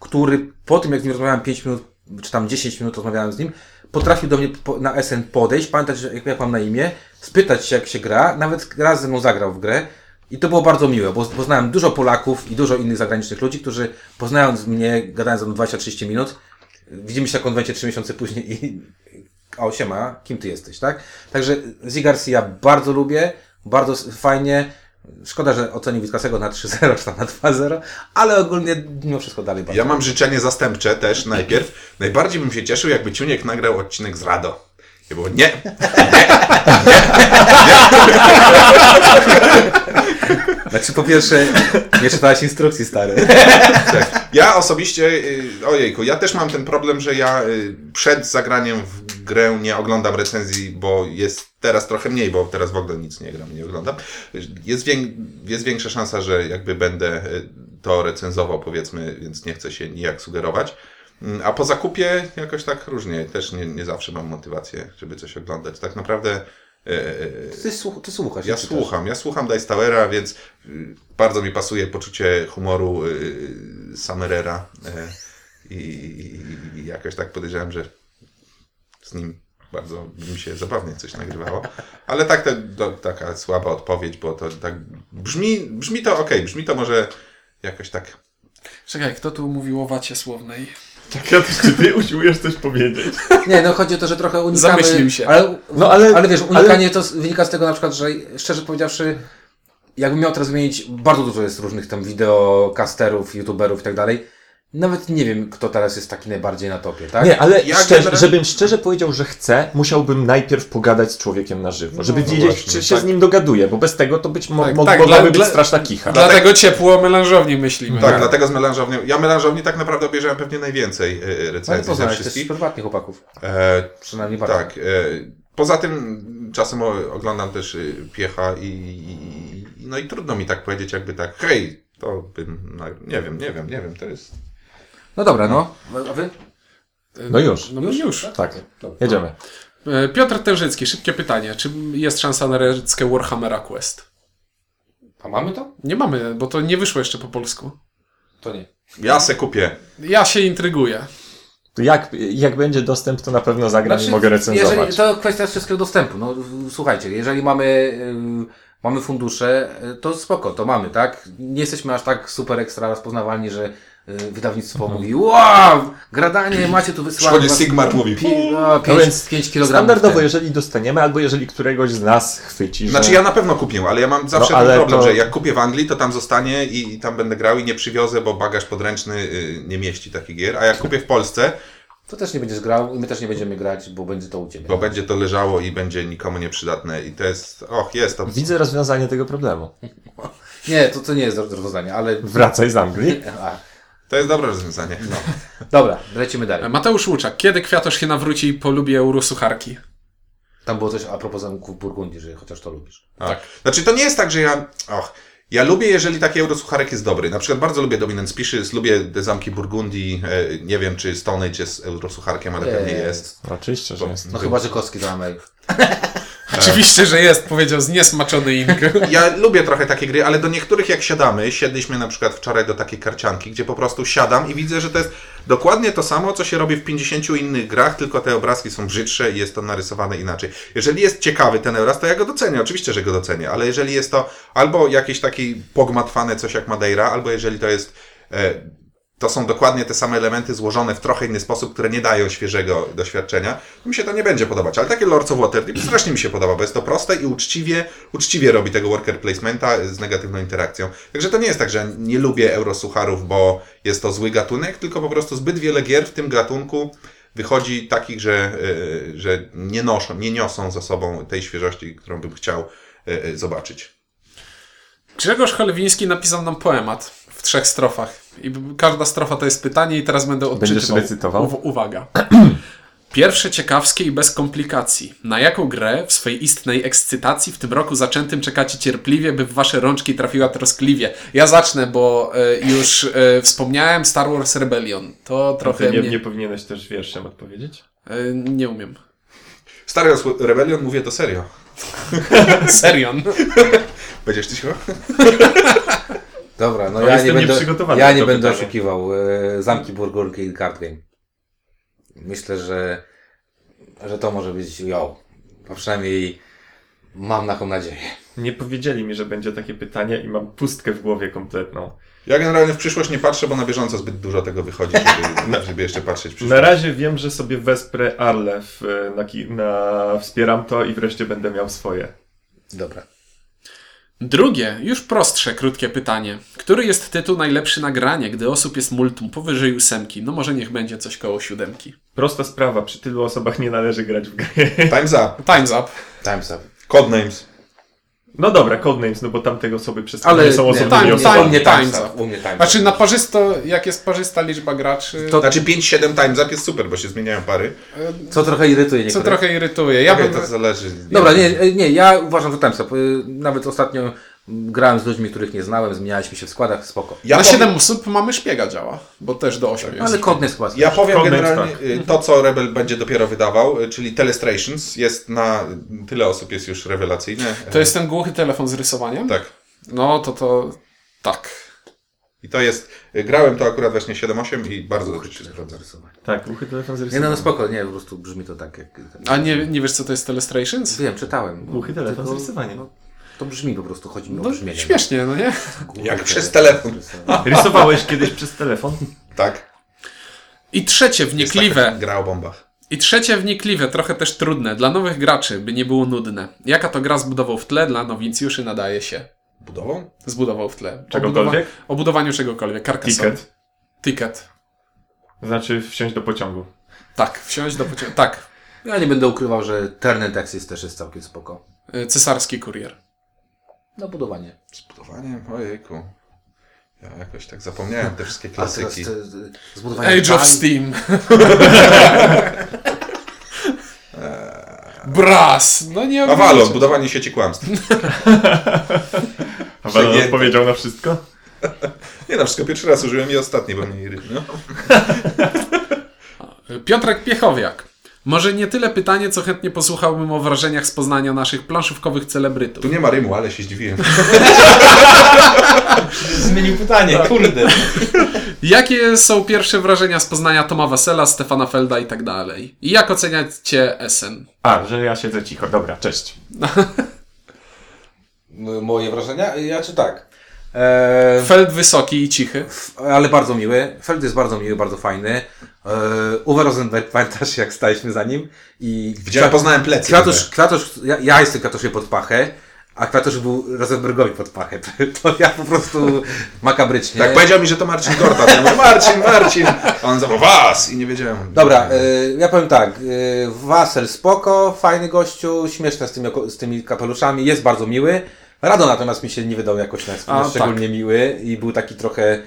[SPEAKER 2] który po tym, jak z nim rozmawiałem 5 minut, czy tam 10 minut rozmawiałem z nim, potrafił do mnie po, na SN podejść, pamiętać, że- jak, jak mam na imię, spytać się, jak się gra, nawet raz ze mną zagrał w grę. I to było bardzo miłe, bo poznałem dużo Polaków i dużo innych zagranicznych ludzi, którzy poznając mnie, gadając ze mną 20-30 minut, widzimy się na konwencie 3 miesiące później i o siema, kim ty jesteś, tak? Także Zee Garcia bardzo lubię, bardzo s- fajnie, Szkoda, że ocenił Witkasego na 3-0 czy tam na 2-0, ale ogólnie mimo wszystko dalej bardzo.
[SPEAKER 1] Ja mam życzenie zastępcze też najpierw. Najbardziej bym się cieszył, jakby Ciuniek nagrał odcinek z Rado. I było nie,
[SPEAKER 2] Znaczy po pierwsze, nie czytałeś instrukcji stary.
[SPEAKER 1] tak. Ja osobiście, y, ojejku, ja też mam ten problem, że ja y, przed zagraniem w grę nie oglądam recenzji, bo jest teraz trochę mniej, bo teraz w ogóle nic nie gram, i nie oglądam. Jest, wię- jest większa szansa, że jakby będę y, to recenzował, powiedzmy, więc nie chcę się nijak sugerować. Mm, A po zakupie jakoś tak różnie, też nie, nie zawsze mam motywację, żeby coś oglądać. Tak naprawdę y, y,
[SPEAKER 2] Ty, słuch- ty słuchasz.
[SPEAKER 1] ja
[SPEAKER 2] czytasz.
[SPEAKER 1] słucham, ja słucham Dice Towera, więc y, bardzo mi pasuje poczucie humoru y, Summerera y, i, i, i jakoś tak podejrzewam, że z nim bardzo mi się zabawnie coś nagrywało. Ale tak, to, to, taka słaba odpowiedź, bo to tak brzmi, brzmi to ok, brzmi to może jakoś tak
[SPEAKER 3] Czekaj, kto tu mówił o wacie słownej?
[SPEAKER 4] Tak, ja też, czy ty usiłujesz coś powiedzieć?
[SPEAKER 2] Nie, no chodzi o to, że trochę unikamy...
[SPEAKER 3] Zamyślił się.
[SPEAKER 2] Ale,
[SPEAKER 4] No, ale-
[SPEAKER 2] ale, wiesz,
[SPEAKER 4] ale-
[SPEAKER 2] unikanie to z- wynika z tego na przykład, że szczerze powiedziawszy, jakbym miał teraz zmienić, bardzo dużo jest różnych tam wideokasterów, youtuberów i tak dalej. Nawet nie wiem, kto teraz jest taki najbardziej na topie, tak?
[SPEAKER 4] Nie, ale
[SPEAKER 1] Ja
[SPEAKER 4] szczerze,
[SPEAKER 1] generalnie-
[SPEAKER 4] żebym szczerze powiedział, że chcę, musiałbym najpierw pogadać z człowiekiem na żywo, żeby
[SPEAKER 1] no
[SPEAKER 4] wiedzieć,
[SPEAKER 1] właśnie,
[SPEAKER 4] czy się
[SPEAKER 1] tak.
[SPEAKER 4] z nim dogaduję, bo bez tego to być mo-
[SPEAKER 3] Tak,
[SPEAKER 4] mo-
[SPEAKER 3] tak,
[SPEAKER 4] mogłaby
[SPEAKER 3] dla-
[SPEAKER 4] być
[SPEAKER 3] dla-
[SPEAKER 4] straszna kicha.
[SPEAKER 3] Dlatego ciepło o melanżowni myślimy.
[SPEAKER 1] Tak, dlatego z melanżownią. Ja melanżowni tak naprawdę obejrzałem pewnie najwięcej y, y,
[SPEAKER 2] No i
[SPEAKER 1] recenzji ze
[SPEAKER 2] poznałeś też
[SPEAKER 1] wszystkich.
[SPEAKER 2] prywatnych chłopaków.
[SPEAKER 1] E,
[SPEAKER 2] Przynajmniej bardzo.
[SPEAKER 1] Tak. E, poza tym czasem o- oglądam też y, piecha i, i- i no i trudno mi tak powiedzieć, jakby tak, hej, to bym. na- Nie wiem, nie wiem, nie wiem, to jest.
[SPEAKER 2] No dobra, no. A wy?
[SPEAKER 4] No już,
[SPEAKER 3] No już.
[SPEAKER 4] tak, jedziemy.
[SPEAKER 3] E, Piotr Tężycki, szybkie pytanie. Czy jest szansa na recenzję Warhammera Quest?
[SPEAKER 2] A mamy to?
[SPEAKER 3] Nie mamy, bo to nie wyszło jeszcze po polsku.
[SPEAKER 2] To nie.
[SPEAKER 1] Ja se kupię.
[SPEAKER 3] Ja się intryguję.
[SPEAKER 4] To jak, jak będzie dostęp, to na pewno zagram
[SPEAKER 1] Znaczy,
[SPEAKER 4] i mogę recenzować.
[SPEAKER 2] Znaczy, Jeżeli, to kwestia wszystkiego dostępu. No, w- słuchajcie, jeżeli mamy, ym, mamy fundusze, y, to spoko, to mamy, tak? Nie jesteśmy aż tak super ekstra rozpoznawalni, że y, wydawnictwo mówi wow, gradanie, macie tu wysłane.
[SPEAKER 1] Szkodzie
[SPEAKER 2] was-
[SPEAKER 1] Sigmar mówi.
[SPEAKER 2] pi- no,
[SPEAKER 4] No więc
[SPEAKER 2] 5, 5 kg.
[SPEAKER 4] Standardowo, jeżeli dostaniemy, albo jeżeli któregoś z nas chwyci,
[SPEAKER 1] Znaczy
[SPEAKER 4] że...
[SPEAKER 1] ja na pewno kupię, ale ja mam zawsze
[SPEAKER 4] No, ale
[SPEAKER 1] ten problem,
[SPEAKER 4] to-
[SPEAKER 1] że jak kupię w Anglii, to tam zostanie i, i tam będę grał i nie przywiozę, bo bagaż podręczny y, nie mieści takich gier, a jak kupię w Polsce,
[SPEAKER 2] To też nie będziesz grał i my też nie będziemy grać, bo będzie to u ciebie.
[SPEAKER 1] bo będzie to leżało i będzie nikomu nieprzydatne i to jest, och, jest to.
[SPEAKER 4] Widzę rozwiązanie tego problemu.
[SPEAKER 2] Nie, to, to nie jest rozwiązanie, ale.
[SPEAKER 4] Wracaj z Anglii.
[SPEAKER 2] A,
[SPEAKER 1] To jest dobre rozwiązanie.
[SPEAKER 2] dobra, lecimy dalej.
[SPEAKER 3] E, Mateusz Łuczak, kiedy Kwiatosz się nawróci i polubi eurosucharki?
[SPEAKER 4] Tak.
[SPEAKER 2] Tam było coś a propos zamków Burgundii, że chociaż to lubisz.
[SPEAKER 1] A. Znaczy to nie jest tak, że ja. Och, ja lubię, jeżeli taki eurosucharek jest dobry. Na przykład bardzo lubię Dominant Species, lubię te zamki Burgundii. E, nie wiem, czy Stone Age jest eurosucharkiem, ale Tak, pewnie jest.
[SPEAKER 4] Oczywiście, że jest.
[SPEAKER 2] No chyba, że kostki do Ameryki.
[SPEAKER 3] Oczywiście, że jest, powiedział zniesmaczony Ing.
[SPEAKER 1] Ja lubię trochę takie gry, ale do niektórych jak siadamy, siedliśmy na przykład wczoraj do takiej karcianki, gdzie po prostu siadam i widzę, że to jest dokładnie to samo, co się robi w 50 innych grach, tylko te obrazki są brzydsze i jest to narysowane inaczej. Jeżeli jest ciekawy ten obraz, to ja go docenię, oczywiście, że go docenię, ale jeżeli jest to albo jakiś taki pogmatwane coś jak Madeira, albo jeżeli to jest e, to są dokładnie te same elementy złożone w trochę inny sposób, które nie dają świeżego doświadczenia, to mi się to nie będzie podobać. Ale takie Lords of Waterdeep strasznie mi się podoba, bo jest to proste i uczciwie, uczciwie robi tego worker placementa z negatywną interakcją. Także to nie jest tak, że nie lubię eurosucharów, bo jest to zły gatunek, tylko po prostu zbyt wiele gier w tym gatunku wychodzi takich, że, yy, że nie, noszą, nie niosą za sobą tej świeżości, którą bym chciał yy, yy, zobaczyć.
[SPEAKER 3] Grzegorz Cholewiński napisał nam poemat w trzech strofach. I b- każda strofa to jest pytanie i teraz będę odczytywał.
[SPEAKER 4] Będziesz recytował?
[SPEAKER 3] Uw- uwaga. Pierwsze ciekawskie i bez komplikacji. Na jaką grę w swej istnej ekscytacji w tym roku zaczętym czekacie cierpliwie, by w wasze rączki trafiła troskliwie? Ja zacznę, bo e, już e, wspomniałem Star Wars Rebellion. No To trochę nie, mnie... nie...
[SPEAKER 4] powinieneś też wierszem odpowiedzieć?
[SPEAKER 3] E, nie umiem.
[SPEAKER 1] Stary Rebellion mówię to serio.
[SPEAKER 3] Serion.
[SPEAKER 1] Będziesz cicho?
[SPEAKER 2] Dobra, no
[SPEAKER 4] No,
[SPEAKER 2] ja nie
[SPEAKER 4] jestem
[SPEAKER 2] będę,
[SPEAKER 4] nieprzygotowany
[SPEAKER 2] ja
[SPEAKER 4] na
[SPEAKER 2] nie
[SPEAKER 4] to
[SPEAKER 2] będę
[SPEAKER 4] pytanie.
[SPEAKER 2] oszukiwał. E, Zamki Burgurki i Card Game. Myślę, że, że to może być yo. A przynajmniej mam taką nadzieję.
[SPEAKER 5] Nie powiedzieli mi, że będzie takie pytanie i mam pustkę w głowie kompletną.
[SPEAKER 1] Ja generalnie w przyszłość nie patrzę, bo na bieżąco zbyt dużo tego wychodzi, żeby, żeby jeszcze patrzeć w
[SPEAKER 5] Na
[SPEAKER 1] przyszłość.
[SPEAKER 5] razie wiem, że sobie wesprę e, Arle w, na, ki- na wspieram to i wreszcie będę miał swoje.
[SPEAKER 2] Dobra.
[SPEAKER 3] Drugie, już prostsze, krótkie pytanie. Który jest tytuł najlepszy nagranie, gdy osób jest multum powyżej ósemki? No może niech będzie coś koło siódemki.
[SPEAKER 5] Prosta sprawa, przy tylu osobach nie należy grać w gry.
[SPEAKER 1] Time's up.
[SPEAKER 3] Time's up.
[SPEAKER 2] Time's up.
[SPEAKER 1] Codenames.
[SPEAKER 5] No dobra, Codenames, no bo tamte osoby przez
[SPEAKER 2] Ale
[SPEAKER 5] nie są
[SPEAKER 2] nie,
[SPEAKER 5] osobnymi
[SPEAKER 3] time-
[SPEAKER 5] osobami.
[SPEAKER 3] time-
[SPEAKER 2] u mnie
[SPEAKER 3] time's
[SPEAKER 2] time's
[SPEAKER 3] up.
[SPEAKER 2] up. U mnie time's up.
[SPEAKER 3] Znaczy na parzysto, jak jest parzysta liczba graczy,
[SPEAKER 2] To-
[SPEAKER 1] Znaczy 5-7 times up jest super, bo się zmieniają pary.
[SPEAKER 2] Co trochę irytuje
[SPEAKER 3] co
[SPEAKER 2] niektórych.
[SPEAKER 3] trochę irytuje. Ja
[SPEAKER 1] Okej,
[SPEAKER 3] bym...
[SPEAKER 1] to zależy.
[SPEAKER 2] Dobra, nie, nie, ja uważam, że time's up. Y, Nawet ostatnio grałem z ludźmi, których nie znałem, zmienialiśmy się w składach, spoko.
[SPEAKER 1] Ja
[SPEAKER 3] na
[SPEAKER 1] powiem-
[SPEAKER 3] 7 osób mamy szpiega działa, bo też do 8 jest.
[SPEAKER 2] Ale kodny skład.
[SPEAKER 1] Ja powiem
[SPEAKER 5] Codenames,
[SPEAKER 1] generalnie y, to, co Rebel będzie dopiero wydawał, y, czyli Telestrations jest na... Tyle osób jest już rewelacyjne.
[SPEAKER 3] To jest ten głuchy telefon z rysowaniem?
[SPEAKER 1] Tak.
[SPEAKER 3] No to to... tak.
[SPEAKER 1] I to jest... y, Grałem to akurat właśnie 7-8 i bardzo dobrze się sprawdza.
[SPEAKER 5] Tak, ruchy telefon
[SPEAKER 2] Nie
[SPEAKER 5] zrysowany.
[SPEAKER 2] no, no spoko, nie, po prostu brzmi to tak jak...
[SPEAKER 3] A nie, nie wiesz co to jest Telestrations?
[SPEAKER 2] Wiem, czytałem.
[SPEAKER 5] Głuchy telefon
[SPEAKER 2] Tylko,
[SPEAKER 5] z rysowaniem.
[SPEAKER 2] no, to brzmi po prostu, chodzi mi o
[SPEAKER 3] No
[SPEAKER 2] brzmienie.
[SPEAKER 3] śmiesznie, no nie?
[SPEAKER 2] Głuchy
[SPEAKER 1] Jak przez telefon.
[SPEAKER 2] z
[SPEAKER 4] no,
[SPEAKER 2] rysowaniem.
[SPEAKER 5] Rysowałeś kiedyś przez telefon?
[SPEAKER 1] Tak.
[SPEAKER 3] I trzecie,
[SPEAKER 1] Jest taka
[SPEAKER 3] wnikliwe.
[SPEAKER 1] Gra o bombach.
[SPEAKER 3] I trzecie, wnikliwe, trochę też trudne. Dla nowych graczy, by nie było nudne. Jaka to gra zbudował w tle dla nowicjuszy nadaje się?
[SPEAKER 1] Budową?
[SPEAKER 3] Zbudował w tle.
[SPEAKER 5] Czegokolwiek?
[SPEAKER 3] O, budowa- o budowaniu czegokolwiek. Carcassonne.
[SPEAKER 5] Ticket.
[SPEAKER 3] Ticket.
[SPEAKER 5] Znaczy wsiąść do pociągu.
[SPEAKER 3] Tak, wsiąść do pociągu. Tak,
[SPEAKER 2] Ja nie będę ukrywał, że Terny Texas też jest całkiem spoko.
[SPEAKER 3] y, cesarski kurier.
[SPEAKER 2] No budowanie.
[SPEAKER 1] Z budowaniem? Ojejku. Ja jakoś tak zapomniałem te wszystkie
[SPEAKER 2] A teraz
[SPEAKER 1] klasyki.
[SPEAKER 2] te, zbudowanie
[SPEAKER 3] Age of
[SPEAKER 2] bali-
[SPEAKER 3] Steam. Bras! E, No nie
[SPEAKER 1] Avalon, budowanie sieci kłamstw.
[SPEAKER 5] A Walon
[SPEAKER 1] Przegięty.
[SPEAKER 5] odpowiedział na wszystko?
[SPEAKER 1] Nie no, wszystko pierwszy raz użyłem i ostatni, bo mnie no. irytuje.
[SPEAKER 3] Piotrek Piechowiak. Może nie tyle pytanie, co chętnie posłuchałbym o wrażeniach z poznania naszych planszówkowych celebrytów.
[SPEAKER 1] Tu nie ma rymu, ale się zdziwiłem.
[SPEAKER 5] Zmienił pytanie.
[SPEAKER 2] Tak.
[SPEAKER 1] Kurde.
[SPEAKER 3] Jakie są pierwsze wrażenia z poznania Toma Wesela, Stefana Felda i tak dalej? I jak oceniacie Essen?
[SPEAKER 5] A, że ja siedzę cicho. Dobra, cześć.
[SPEAKER 2] M- Moje wrażenia? Ja czy tak? Eee,
[SPEAKER 3] Feld wysoki i cichy.
[SPEAKER 2] f- ale bardzo miły. Feld jest bardzo miły, bardzo fajny. Eee, Uwe Rosenberg, pamiętasz jak staliśmy za nim? I
[SPEAKER 1] Widziałem, poznałem plecy.
[SPEAKER 2] Kratosz, Kratosz, ja, ja jestem Kratoszem pod pachę, a Kratosz był Rosenbergowi pod pachę. To ja po prostu makabrycznie.
[SPEAKER 1] Tak, powiedział mi, że to Marcin Gorta. To Ja mówię, Marcin, Marcin. A on zawołał was i nie wiedziałem.
[SPEAKER 2] Dobra, y, ja powiem tak. Y, Wasel spoko, fajny gościu, śmieszny z tymi, oko- z tymi kapeluszami, jest bardzo miły. Rado natomiast mi się nie wydał jakoś na
[SPEAKER 3] A, tak.
[SPEAKER 2] SN szczególnie miły i był taki trochę...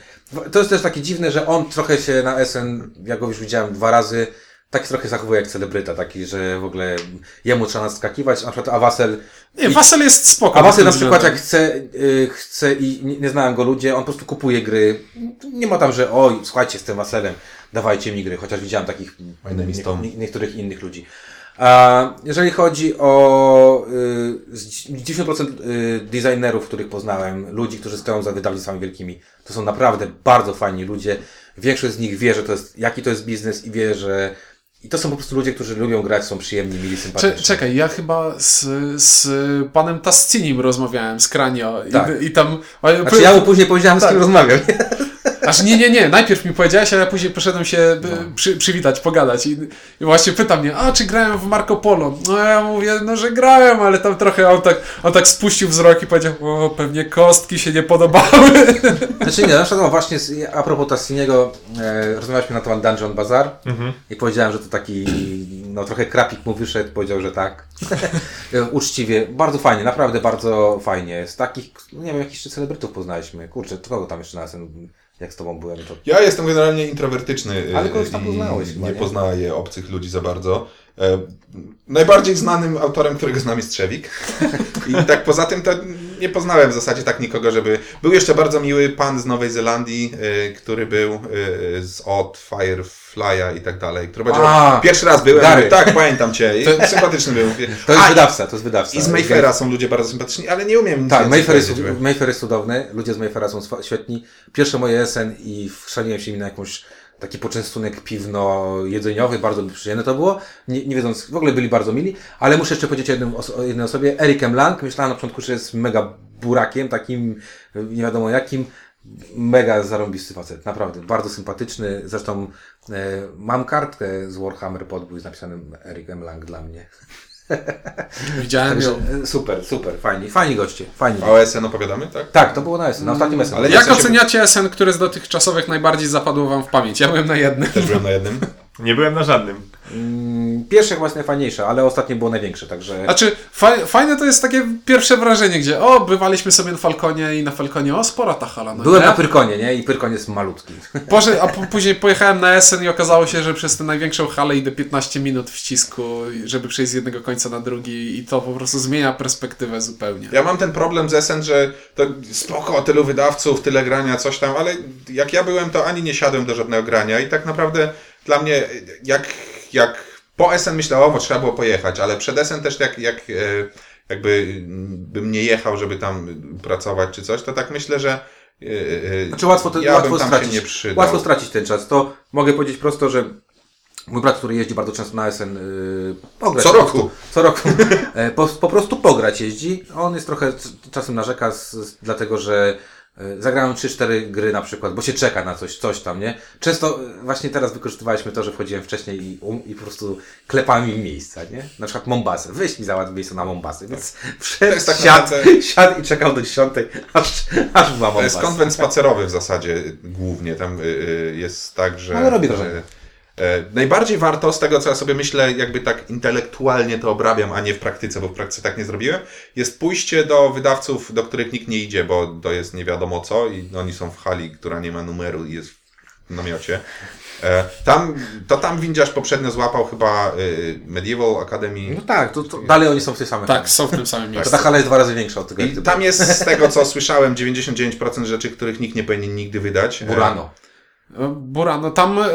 [SPEAKER 2] To jest też takie dziwne, że on trochę się na SN, ja go już widziałem dwa razy, tak trochę zachowuje jak celebryta, taki, że w ogóle jemu trzeba naskakiwać, na przykład Awasel...
[SPEAKER 3] Nie, Wasel jest spoko.
[SPEAKER 2] A Wasy na
[SPEAKER 3] pod tym
[SPEAKER 2] przykład jak
[SPEAKER 3] względem.
[SPEAKER 2] chce, y, chce i nie, nie znają go ludzie, on po prostu kupuje gry. Nie ma tam, że oj, słuchajcie, jestem Waselem, dawajcie mi gry, chociaż widziałem takich
[SPEAKER 1] My name is Tom.
[SPEAKER 2] nie, niektórych innych ludzi. A jeżeli chodzi o y, z 90% y, designerów, których poznałem, ludzi, którzy stoją za wydawnictwami wielkimi, to są naprawdę bardzo fajni ludzie. Większość z nich wie, że to jest, jaki to jest biznes i wie, że i to są po prostu ludzie, którzy lubią grać, są przyjemni, mili, sympatyczni.
[SPEAKER 3] Cze- czekaj, ja chyba z, z panem Tascinim rozmawiałem z Kranio i,
[SPEAKER 2] Tak.
[SPEAKER 3] i tam...
[SPEAKER 2] Znaczy ja mu później powiedziałem,
[SPEAKER 3] Tak.
[SPEAKER 2] z kim rozmawiam.
[SPEAKER 3] Aż nie, nie, nie. Najpierw mi powiedziałeś, a ja później poszedłem się e,
[SPEAKER 2] No.
[SPEAKER 3] przy, przywitać, pogadać i, i właśnie pyta mnie, a czy grałem w Marco Polo? No ja mówię, no że grałem, ale tam trochę on tak, on tak spuścił wzrok i powiedział, o pewnie kostki się nie podobały.
[SPEAKER 2] Znaczy nie, na przykład no właśnie z, a propos Tassiniego, e, rozmawialiśmy na temat Dungeon Bazaar i powiedziałem, że to taki, no trochę krapik mu wyszedł, powiedział, że tak. E, Uczciwie, bardzo fajnie, naprawdę bardzo fajnie. Z takich, no nie wiem, jakichś jeszcze celebrytów poznaliśmy. Kurczę, to kogo tam jeszcze na sen, jak z tobą byłem, to...
[SPEAKER 1] Ja jestem generalnie introwertyczny. y,
[SPEAKER 2] Ale kogoś tam
[SPEAKER 1] i
[SPEAKER 2] poznałeś
[SPEAKER 1] Nie,
[SPEAKER 2] chyba, nie?
[SPEAKER 1] poznaję obcych ludzi za bardzo. E, Najbardziej znanym autorem, którego znam jest Trzewik. I tak poza tym to nie poznałem w zasadzie tak nikogo, żeby... Był jeszcze bardzo miły pan z Nowej Zelandii, y, który był y, z od Firefly'a i tak dalej, który powiedział,
[SPEAKER 2] A,
[SPEAKER 1] pierwszy raz byłem,
[SPEAKER 2] Gary.
[SPEAKER 1] mówię, tak, pamiętam cię. I sympatyczny był.
[SPEAKER 2] To jest
[SPEAKER 1] A,
[SPEAKER 2] wydawca, to jest wydawca.
[SPEAKER 1] I z Mayfera są ludzie bardzo sympatyczni, ale nie umiem nic
[SPEAKER 2] Tak,
[SPEAKER 1] więcej
[SPEAKER 2] Mayfair jest,
[SPEAKER 1] powiedzieć.
[SPEAKER 2] Mayfair jest cudowny, ludzie z Mayfaira są swa- świetni. Pierwsze moje SN i szaliłem się mi na jakąś taki poczęstunek piwno-jedzeniowy, bardzo mi przyjemne to było, nie, nie wiedząc, w ogóle byli bardzo mili, ale muszę jeszcze powiedzieć o, jednym oso- o jednej osobie, Erikiem Lang, myślałem na początku, że jest mega burakiem, takim y, nie wiadomo jakim, mega zarąbisty facet, naprawdę, bardzo sympatyczny, zresztą e, mam kartkę z Warhammer Podbój z napisanym Erikiem Lang dla mnie.
[SPEAKER 3] Widziałem ją.
[SPEAKER 2] E, Super, super, fajni, fajni goście, fajni.
[SPEAKER 1] O SN opowiadamy, tak?
[SPEAKER 2] Tak, to było na SN, na ostatnim SN.
[SPEAKER 1] Ale
[SPEAKER 2] Ale
[SPEAKER 1] ja
[SPEAKER 3] Jak
[SPEAKER 1] się-
[SPEAKER 3] oceniacie SN, które z dotychczasowych najbardziej zapadło wam w pamięć? Ja byłem na jednym.
[SPEAKER 1] Też byłem na jednym.
[SPEAKER 5] Nie byłem na żadnym.
[SPEAKER 2] Pierwsze chyba jest najfajniejsze, ale ostatnie było największe, także...
[SPEAKER 3] Znaczy, fa- fajne to jest takie pierwsze wrażenie, gdzie o, bywaliśmy sobie na Falconie i na Falconie, o, spora ta hala. no
[SPEAKER 2] Byłem
[SPEAKER 3] nie?
[SPEAKER 2] na Pyrkonie, nie? I Pyrkon jest malutki.
[SPEAKER 3] Poże- a po- później pojechałem na SN i okazało się, że przez tę największą halę idę 15 minut w ścisku, żeby przejść z jednego końca na drugi i to po prostu zmienia perspektywę zupełnie.
[SPEAKER 1] Ja mam ten problem z SN, że to spoko, tylu wydawców, tyle grania, coś tam, ale jak ja byłem, to ani nie siadłem do żadnego grania i tak naprawdę dla mnie, jak, jak po SN myślałem, bo trzeba było pojechać, ale przed SN też jak, jak e, jakby mm, bym nie jechał, żeby tam pracować czy coś, to tak myślę, że e, e,
[SPEAKER 2] Znaczy łatwo, to,
[SPEAKER 1] ja
[SPEAKER 2] łatwo
[SPEAKER 1] bym tam
[SPEAKER 2] stracić.
[SPEAKER 1] się nie przydał.
[SPEAKER 2] łatwo stracić ten czas. To mogę powiedzieć prosto, że mój brat, który jeździ bardzo często na SN, yy, pograć.
[SPEAKER 1] Co
[SPEAKER 2] po
[SPEAKER 1] roku.
[SPEAKER 2] prostu- Co roku. E, po, po prostu pograć jeździ. On jest trochę c- czasem narzeka, z, z, dlatego że e, zagrałem 3-4 gry na przykład, bo się czeka na coś, coś tam, nie? Często e, właśnie teraz wykorzystywaliśmy to, że wchodziłem wcześniej i, um, i po prostu klepałem im miejsca, nie? Na przykład Mombasę. Weź mi załatw miejsce na Mombasę. Więc wszedł,
[SPEAKER 1] jest tak
[SPEAKER 2] siadł,
[SPEAKER 1] naprawdę-
[SPEAKER 2] siadł i czekał do 10, aż, aż była
[SPEAKER 1] To jest
[SPEAKER 2] Mombasa.
[SPEAKER 1] konwent spacerowy w zasadzie głównie. Tam y, y, jest tak, że.
[SPEAKER 2] Ale robi
[SPEAKER 1] że,
[SPEAKER 2] wrażenie.
[SPEAKER 1] e, Najbardziej warto z tego, co ja sobie myślę, jakby tak intelektualnie to obrabiam, a nie w praktyce, bo w praktyce tak nie zrobiłem, jest pójście do wydawców, do których nikt nie idzie, bo to jest nie wiadomo co i oni są w hali, która nie ma numeru i jest w namiocie. E, Tam, to tam windziarz poprzednio złapał chyba y, Medieval Academy.
[SPEAKER 2] No tak, to, to dalej oni są w tej samej hali.
[SPEAKER 3] Tak, są w tym samym
[SPEAKER 2] To
[SPEAKER 3] miejscu.
[SPEAKER 2] ta hala jest dwa razy większa od tego, No, jak
[SPEAKER 1] I
[SPEAKER 2] ty
[SPEAKER 1] tam jest z tego, co słyszałem, 99% rzeczy, których nikt nie powinien nigdy wydać. E,
[SPEAKER 2] Burano,
[SPEAKER 3] Burano, tam e,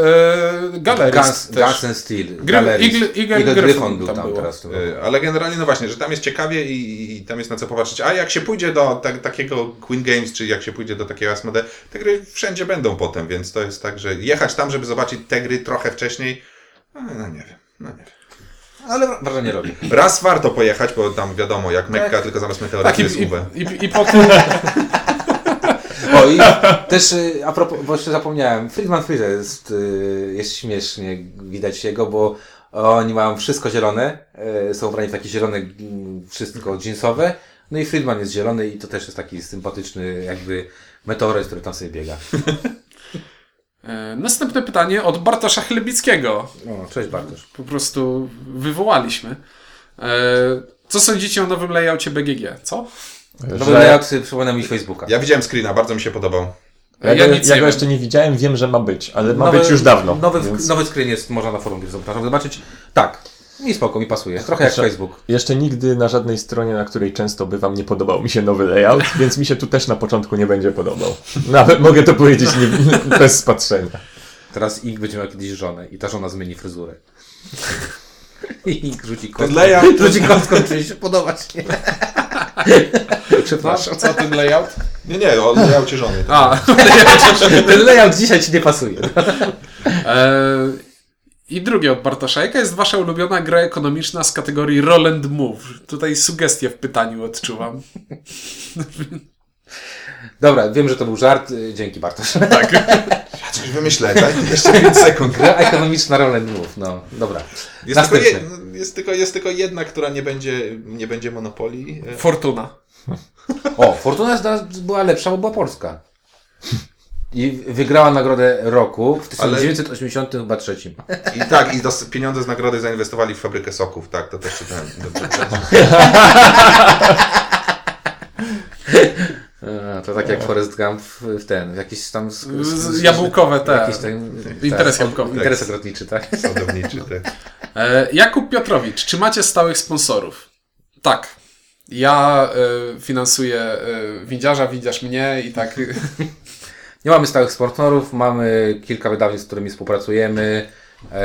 [SPEAKER 3] galerist
[SPEAKER 2] Guns,
[SPEAKER 3] e, też.
[SPEAKER 2] Guns and Steel,
[SPEAKER 3] Gry-
[SPEAKER 2] Galeries,
[SPEAKER 3] Eagle- Eagle
[SPEAKER 2] Eagle
[SPEAKER 3] Gryphon
[SPEAKER 2] Gryphon był
[SPEAKER 3] tam
[SPEAKER 2] tam,
[SPEAKER 3] było. E.
[SPEAKER 2] teraz.
[SPEAKER 1] Y, Ale generalnie, no właśnie, że tam jest ciekawie i, i- i tam jest na co popatrzeć. A jak się pójdzie do tak, takiego Queen Games, czy jak się pójdzie do takiego Asmode, te gry wszędzie będą potem, więc to jest tak, że jechać tam, żeby zobaczyć te gry trochę wcześniej, a, no nie wiem. No nie wiem.
[SPEAKER 2] Ale wra- wrażenie robi.
[SPEAKER 1] Raz warto pojechać, bo tam wiadomo, jak Mekka, tylko zamiast meteorytu
[SPEAKER 3] Tak, i,
[SPEAKER 1] jest
[SPEAKER 3] i,
[SPEAKER 1] UW.
[SPEAKER 3] i, i po tym
[SPEAKER 2] O i też y, a propos, bo jeszcze zapomniałem, Friedman Freezer jest, y, jest śmiesznie, widać jego, bo oni mają wszystko zielone, y, są ubrani w takie zielone mm, wszystko jeansowe, no i Friedman jest zielony i to też jest taki sympatyczny jakby meteoryt, który tam sobie biega.
[SPEAKER 3] E, Następne pytanie od Bartosza Chlebickiego.
[SPEAKER 2] O, cześć Bartosz.
[SPEAKER 3] Po prostu wywołaliśmy. E, Co sądzicie o nowym layoutie BGG? Co?
[SPEAKER 2] Nowy layout y, przypomina mi Facebooka.
[SPEAKER 1] Ja widziałem screena, bardzo mi się podobał.
[SPEAKER 4] Ja,
[SPEAKER 3] Ja
[SPEAKER 4] go,
[SPEAKER 3] nic
[SPEAKER 4] ja
[SPEAKER 3] nie
[SPEAKER 4] go
[SPEAKER 3] wiem.
[SPEAKER 4] jeszcze nie widziałem, wiem, że ma być, ale ma być już dawno.
[SPEAKER 2] Nowy,
[SPEAKER 4] więc-
[SPEAKER 2] nowy screen jest, można na forum Gears.com zobaczyć. Tak, mi spoko, mi pasuje. Trochę jak
[SPEAKER 4] Jeszcze-
[SPEAKER 2] Facebook.
[SPEAKER 4] Jeszcze nigdy na żadnej stronie, na której często bywam, nie podobał mi się nowy layout, więc mi się tu też na początku nie będzie podobał. Nawet mogę to powiedzieć nie, bez spatrzenia.
[SPEAKER 2] Teraz Ig będzie miał kiedyś żonę i ta żona zmieni fryzurę. I Ig rzuci
[SPEAKER 1] Ten
[SPEAKER 2] kostką.
[SPEAKER 1] layout,
[SPEAKER 2] Rzuci kostką, czyli się podobać. Nie?
[SPEAKER 3] Masz,
[SPEAKER 2] Przepraszam.
[SPEAKER 3] co ten layout?
[SPEAKER 1] nie, nie, o layoutie żony.
[SPEAKER 3] A,
[SPEAKER 2] Ten layout dzisiaj ci nie pasuje.
[SPEAKER 3] e, I drugie od Bartosza. Jaka jest wasza ulubiona gra ekonomiczna z kategorii Roll and Move? Tutaj sugestie w pytaniu odczuwam.
[SPEAKER 2] Dobra, wiem, że to był żart. y, Dzięki Bartosz.
[SPEAKER 1] Ja coś wymyślę, tak? daj mi jeszcze 5 sekund.
[SPEAKER 2] Gra ekonomiczna rolę mów. No, dobra.
[SPEAKER 1] Jest tylko,
[SPEAKER 2] Następny.
[SPEAKER 1] je, jest, tylko, jest tylko jedna, która nie będzie, nie będzie monopolii. E,
[SPEAKER 3] Fortuna.
[SPEAKER 2] O, Fortuna jest dla nas była lepsza, bo była polska. I wygrała nagrodę roku w
[SPEAKER 1] Ale-
[SPEAKER 2] 1980 chyba trzecim.
[SPEAKER 1] I tak, i dos- pieniądze z nagrody zainwestowali w fabrykę soków, tak, to też czytałem. Dobrze,
[SPEAKER 2] A, To tak jak Forrest Gump w, w ten, w jakiś tam... Z,
[SPEAKER 3] Z- jabłkowe te.
[SPEAKER 2] Jakiś ten,
[SPEAKER 3] Interes
[SPEAKER 2] tak,
[SPEAKER 3] jabłkowy.
[SPEAKER 2] Interes obrotniczy, tak.
[SPEAKER 1] sadowniczy, tak.
[SPEAKER 3] E, Jakub Piotrowicz, czy macie stałych sponsorów? Tak. Ja e, finansuję e, windziarza, windziarz mnie i tak.
[SPEAKER 2] Nie mamy stałych sponsorów, mamy kilka wydawnictw, z którymi współpracujemy. E,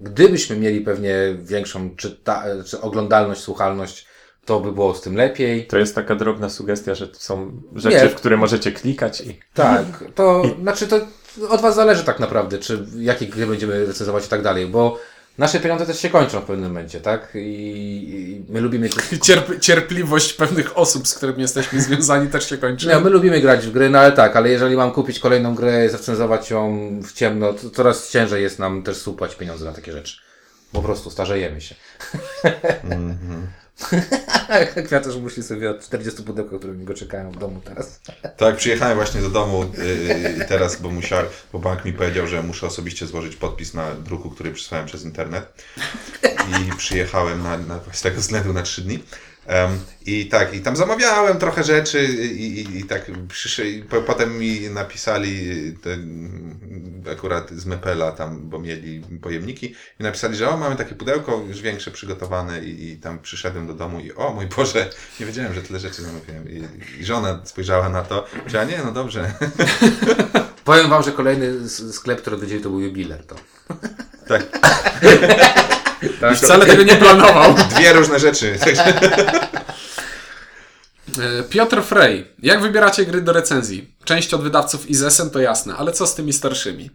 [SPEAKER 2] Gdybyśmy mieli pewnie większą czyta, czy oglądalność, słuchalność, to by było z tym lepiej.
[SPEAKER 4] To jest taka drobna sugestia, że to są rzeczy,
[SPEAKER 2] Nie.
[SPEAKER 4] w które możecie klikać i...
[SPEAKER 2] Tak, to znaczy to od Was zależy tak naprawdę, czy jakie gry będziemy recenzować i tak dalej, bo nasze pieniądze też się kończą w pewnym momencie, tak? I, i my lubimy.
[SPEAKER 3] Cierp- cierpliwość pewnych osób, z którymi jesteśmy związani, też się kończy.
[SPEAKER 2] Nie, my lubimy grać w gry, no ale tak, ale jeżeli mam kupić kolejną grę, zrecenzować ją w ciemno, to coraz ciężej jest nam też supłać pieniądze na takie rzeczy. Po prostu starzejemy się. Kwiatusz musi sobie od 40 pudełka, które mi go czekają w domu teraz.
[SPEAKER 1] Tak, przyjechałem właśnie do domu yy, teraz, bo musiałem, bo bank mi powiedział, że muszę osobiście złożyć podpis na druku, który przysłałem przez internet. I przyjechałem na, na, z tego względu na trzy dni. Em, I tak, i tam zamawiałem trochę rzeczy i, i, i tak przyszedł, i po, potem mi napisali ten, akurat z Mepela tam, bo mieli pojemniki i napisali, że o, mamy takie pudełko już większe przygotowane i, i tam przyszedłem do domu i o mój Boże, nie wiedziałem, że tyle rzeczy zamówiłem i, i żona spojrzała na to, że a nie, no dobrze,
[SPEAKER 2] Powiem wam, że kolejny s- sklep, który odwiedzili, to był jubiler. To.
[SPEAKER 1] tak,
[SPEAKER 2] Tak, wcale tego nie planował.
[SPEAKER 1] dwie różne rzeczy, Także-
[SPEAKER 3] E, Piotr Frey. Jak wybieracie gry do recenzji? Część od wydawców i zesen to jasne, ale co z tymi starszymi?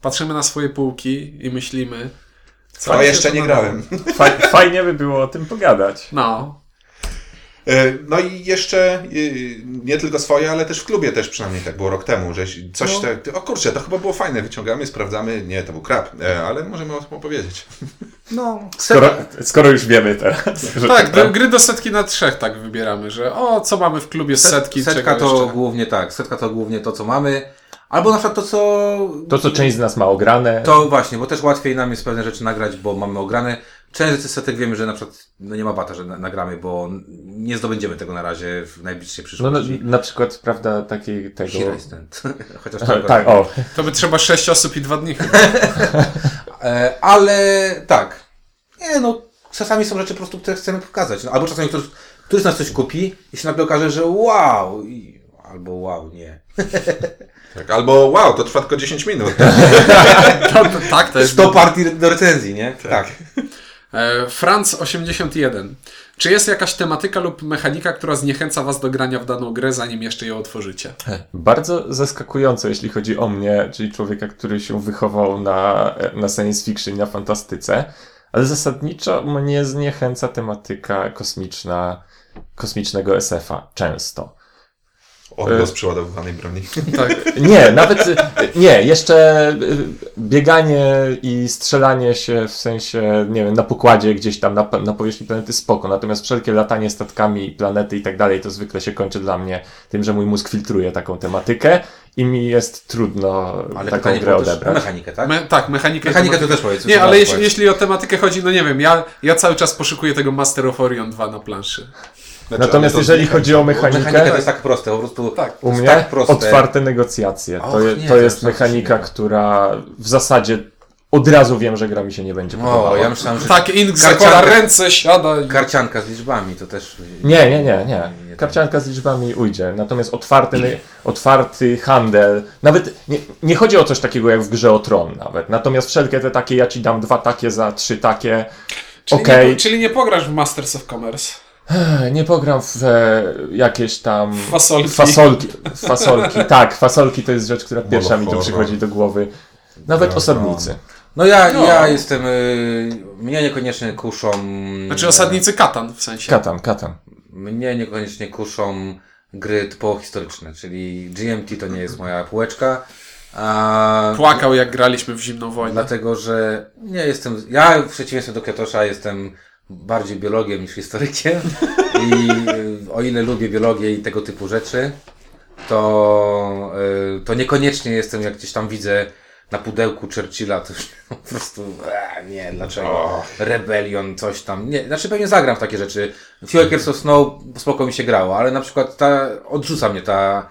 [SPEAKER 3] Patrzymy na swoje półki i myślimy... co
[SPEAKER 1] to
[SPEAKER 3] mi się
[SPEAKER 1] jeszcze nie
[SPEAKER 3] podobało?
[SPEAKER 1] grałem.
[SPEAKER 4] Faj, fajnie by było o tym pogadać.
[SPEAKER 3] No.
[SPEAKER 1] E, No i jeszcze y, nie tylko swoje, ale też w klubie też przynajmniej tak było rok temu, że coś tak, o kurczę, to chyba było fajne, wyciągamy, sprawdzamy, nie, to był krab, e, ale możemy o tym opowiedzieć.
[SPEAKER 2] No,
[SPEAKER 4] Skoro, skoro już wiemy teraz. Że
[SPEAKER 3] Tak,
[SPEAKER 4] to,
[SPEAKER 3] do, gry do setki na trzech tak wybieramy, że o, co mamy w klubie z setki,
[SPEAKER 2] setka
[SPEAKER 3] czego
[SPEAKER 2] to
[SPEAKER 3] jeszcze?
[SPEAKER 2] głównie tak, setka to głównie to, co mamy. Albo na przykład to, co.
[SPEAKER 4] to, co część z nas ma ograne.
[SPEAKER 2] To właśnie, bo też łatwiej nam jest pewne rzeczy nagrać, bo mamy ograne. Część rzeczy z setek wiemy, że na przykład no nie ma bata, że na- nagramy, bo nie zdobędziemy tego na razie w najbliższej
[SPEAKER 4] No, na,
[SPEAKER 2] przyszłości.
[SPEAKER 4] na przykład, prawda, taki tego.
[SPEAKER 2] Here is that. Chociaż
[SPEAKER 4] Tak,
[SPEAKER 2] tego-
[SPEAKER 4] tak, o.
[SPEAKER 3] To by trzeba sześć osób i dwa dni chyba.
[SPEAKER 2] E, ale tak. Nie no, czasami są rzeczy po prostu, które chcemy pokazać. No, albo czasami ktoś, któryś z nas coś kupi i się nagle okaże, że wow, i, albo wow, nie.
[SPEAKER 1] Tak, albo wow, to trwa tylko 10 minut.
[SPEAKER 3] To, to, tak, to jest
[SPEAKER 2] 100 partii do recenzji, nie? tak.
[SPEAKER 3] E, Franz 81. Czy jest jakaś tematyka lub mechanika, która zniechęca Was do grania w daną grę, zanim jeszcze ją otworzycie?
[SPEAKER 4] Bardzo zaskakujące, jeśli chodzi o mnie, czyli człowieka, który się wychował na, na science fiction, i na fantastyce, ale zasadniczo mnie zniechęca tematyka kosmiczna, kosmicznego SF-a często.
[SPEAKER 2] E.
[SPEAKER 1] Odgłos przeładowywanej broni.
[SPEAKER 3] Tak,
[SPEAKER 4] Nie, nawet nie, jeszcze y, bieganie i strzelanie się w sensie, nie wiem, na pokładzie gdzieś tam na, na powierzchni planety spoko, natomiast wszelkie latanie statkami, planety i tak dalej, to zwykle się kończy dla mnie tym, że mój mózg filtruje taką tematykę i mi jest trudno
[SPEAKER 2] Ale
[SPEAKER 4] taką
[SPEAKER 2] pytanie
[SPEAKER 4] grę
[SPEAKER 2] było też o
[SPEAKER 4] odebrać.
[SPEAKER 2] mechanikę, tak?
[SPEAKER 3] Me- tak, mechanika. i
[SPEAKER 2] Mechanikę
[SPEAKER 3] tematyka.
[SPEAKER 2] to też powiedz, co
[SPEAKER 3] Nie,
[SPEAKER 2] to
[SPEAKER 3] ale
[SPEAKER 2] masz
[SPEAKER 3] jeśli,
[SPEAKER 2] powiedzieć.
[SPEAKER 3] jeśli o tematykę chodzi, no nie wiem, ja, ja cały czas poszukuję tego Master of Orion 2 na planszy.
[SPEAKER 1] Znaczy,
[SPEAKER 4] Natomiast
[SPEAKER 1] ale to
[SPEAKER 4] jeżeli chodzi o
[SPEAKER 2] Mechanika to
[SPEAKER 4] mechanikę,
[SPEAKER 2] jest tak proste, po prostu
[SPEAKER 3] Tak.
[SPEAKER 2] to
[SPEAKER 4] u
[SPEAKER 2] jest
[SPEAKER 4] mnie
[SPEAKER 2] tak proste.
[SPEAKER 4] otwarte negocjacje. To,
[SPEAKER 2] Och,
[SPEAKER 4] je,
[SPEAKER 2] nie,
[SPEAKER 4] to
[SPEAKER 2] to
[SPEAKER 4] jest
[SPEAKER 2] już
[SPEAKER 4] mechanika,
[SPEAKER 2] absolutnie.
[SPEAKER 4] która w zasadzie od razu wiem, że gra mi się nie będzie
[SPEAKER 2] O,
[SPEAKER 4] podobała.
[SPEAKER 2] ja myślałem, że
[SPEAKER 3] Tak, Ink
[SPEAKER 2] Karcianka.
[SPEAKER 3] zakłada ręce, siada i...
[SPEAKER 2] karcianka z liczbami to też...
[SPEAKER 4] Nie, nie, nie, nie.
[SPEAKER 2] tak.
[SPEAKER 4] Karcianka z liczbami ujdzie. Natomiast otwarty, otwarty handel, nawet nie, nie chodzi o coś takiego jak w grze o tron nawet. Natomiast wszelkie te takie, ja ci dam dwa takie za trzy takie.
[SPEAKER 3] Czyli,
[SPEAKER 4] Okej,
[SPEAKER 3] nie, czyli nie pograsz w Masters of Commerce.
[SPEAKER 4] nie, pogram w e, jakieś tam...
[SPEAKER 3] Fasolki.
[SPEAKER 4] Fasolki, fasolki. tak, fasolki to jest rzecz, która pierwsza mi tu
[SPEAKER 1] Molochora.
[SPEAKER 4] przychodzi do głowy. Nawet osadnicy.
[SPEAKER 2] No ja,
[SPEAKER 3] No.
[SPEAKER 2] ja jestem... Y, mnie niekoniecznie kuszą...
[SPEAKER 3] Znaczy osadnicy Katan w sensie.
[SPEAKER 4] Katan, katan.
[SPEAKER 2] Mnie niekoniecznie kuszą gry typowo historyczne, czyli GMT to nie jest moja półeczka. A
[SPEAKER 3] Płakał jak graliśmy w Zimną Wojnę.
[SPEAKER 2] dlatego, że nie jestem. Ja w przeciwieństwie do Kwiatosza jestem bardziej biologiem niż historykiem. I y, o ile lubię biologię i tego typu rzeczy, to, y, to niekoniecznie jestem, jak gdzieś tam widzę na pudełku Churchilla, to już po prostu e, nie, dlaczego?
[SPEAKER 1] Och.
[SPEAKER 2] Rebellion, coś tam. Nie, znaczy pewnie zagram w takie rzeczy. Few Acres of Snow spoko mi się grało, ale na przykład ta, odrzuca mnie ta...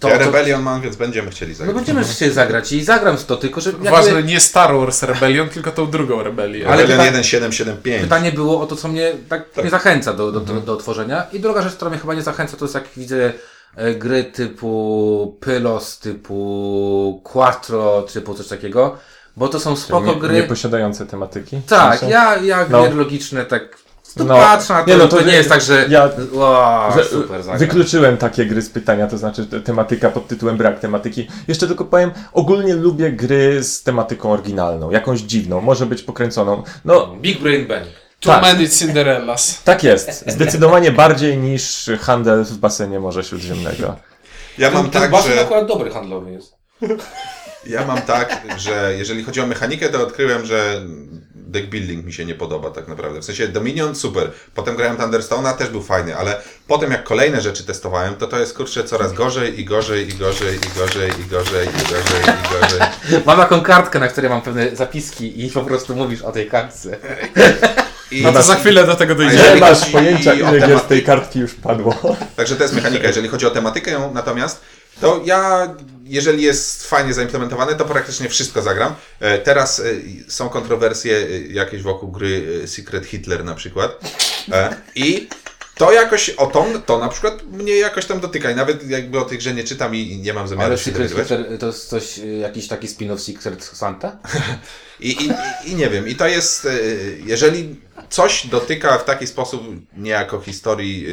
[SPEAKER 2] To,
[SPEAKER 1] Ja
[SPEAKER 2] to,
[SPEAKER 1] Rebellion mam, więc będziemy chcieli
[SPEAKER 2] no
[SPEAKER 1] zagrać.
[SPEAKER 2] będziemy się zagrać i zagram w to, tylko że... jakby-
[SPEAKER 3] Ważne, nie Star Wars Rebellion, tylko tą drugą rebelię.
[SPEAKER 2] Ale
[SPEAKER 1] Rebellion
[SPEAKER 2] pyta-
[SPEAKER 1] 1775.
[SPEAKER 2] Pytanie było o to, co mnie tak, nie zachęca do, do,
[SPEAKER 4] Mhm.
[SPEAKER 2] do, do tworzenia. I druga rzecz, która mnie chyba nie zachęca, to jest jak widzę e, gry typu Pylos, typu Quattro, typu coś takiego, bo to są spoko
[SPEAKER 4] Nie,
[SPEAKER 2] gry.
[SPEAKER 4] nie posiadające tematyki.
[SPEAKER 2] tak,
[SPEAKER 4] Znaczy,
[SPEAKER 2] ja, ja
[SPEAKER 4] No.
[SPEAKER 2] gier logiczne tak no,
[SPEAKER 4] No.
[SPEAKER 2] patrzę na to,
[SPEAKER 4] Nie,
[SPEAKER 2] nie,
[SPEAKER 4] no
[SPEAKER 2] to,
[SPEAKER 4] to
[SPEAKER 2] nie
[SPEAKER 4] wy-
[SPEAKER 2] jest tak, że
[SPEAKER 4] ja-
[SPEAKER 2] wow,
[SPEAKER 4] Że-
[SPEAKER 2] super zagra.
[SPEAKER 4] Wykluczyłem takie gry z pytania, to znaczy te- tematyka pod tytułem brak tematyki. Jeszcze tylko powiem, ogólnie lubię gry z tematyką oryginalną, jakąś dziwną, może być pokręconą. No,
[SPEAKER 2] Big Brain Bang.
[SPEAKER 3] Too
[SPEAKER 4] tak.
[SPEAKER 3] many Cinderellas.
[SPEAKER 4] tak jest. Zdecydowanie bardziej niż handel w basenie Morza Śródziemnego.
[SPEAKER 1] Ja mam
[SPEAKER 2] Ten
[SPEAKER 1] tak,
[SPEAKER 2] basen
[SPEAKER 1] że...
[SPEAKER 2] akurat dobry handlowy jest.
[SPEAKER 1] Ja mam tak, że jeżeli chodzi o mechanikę, to odkryłem, że deck building mi się nie podoba tak naprawdę. W sensie Dominion super, potem grałem Thunderstone'a, też był fajny, ale potem jak kolejne rzeczy testowałem, to to jest kurczę coraz gorzej i gorzej i gorzej i gorzej i gorzej i gorzej i gorzej.
[SPEAKER 2] Mam taką kartkę, na której mam pewne zapiski i po prostu mówisz o tej kartce.
[SPEAKER 1] I...
[SPEAKER 3] No to za chwilę do tego dojdziemy.
[SPEAKER 1] jeżeli
[SPEAKER 4] Nie masz
[SPEAKER 1] chodzi
[SPEAKER 4] pojęcia,
[SPEAKER 1] o
[SPEAKER 4] ile gier z
[SPEAKER 1] tematy-
[SPEAKER 4] tej kartki już padło.
[SPEAKER 1] Także to jest mechanika. Jeżeli chodzi o tematykę natomiast, to ja, jeżeli jest fajnie zaimplementowane, to praktycznie wszystko zagram. E, Teraz e, są kontrowersje e, jakieś wokół gry e, Secret Hitler na przykład. E, I to jakoś o to, to na przykład mnie jakoś tam dotyka. I nawet jakby o tej grze nie czytam i i nie mam zamiaru
[SPEAKER 2] Ale
[SPEAKER 1] się
[SPEAKER 2] Secret
[SPEAKER 1] dowiadywać.
[SPEAKER 2] Hitler to jest coś, y, jakiś taki spin-off Secret Santa?
[SPEAKER 1] I, i, I nie wiem, i to jest, e, jeżeli coś dotyka w taki sposób niejako historii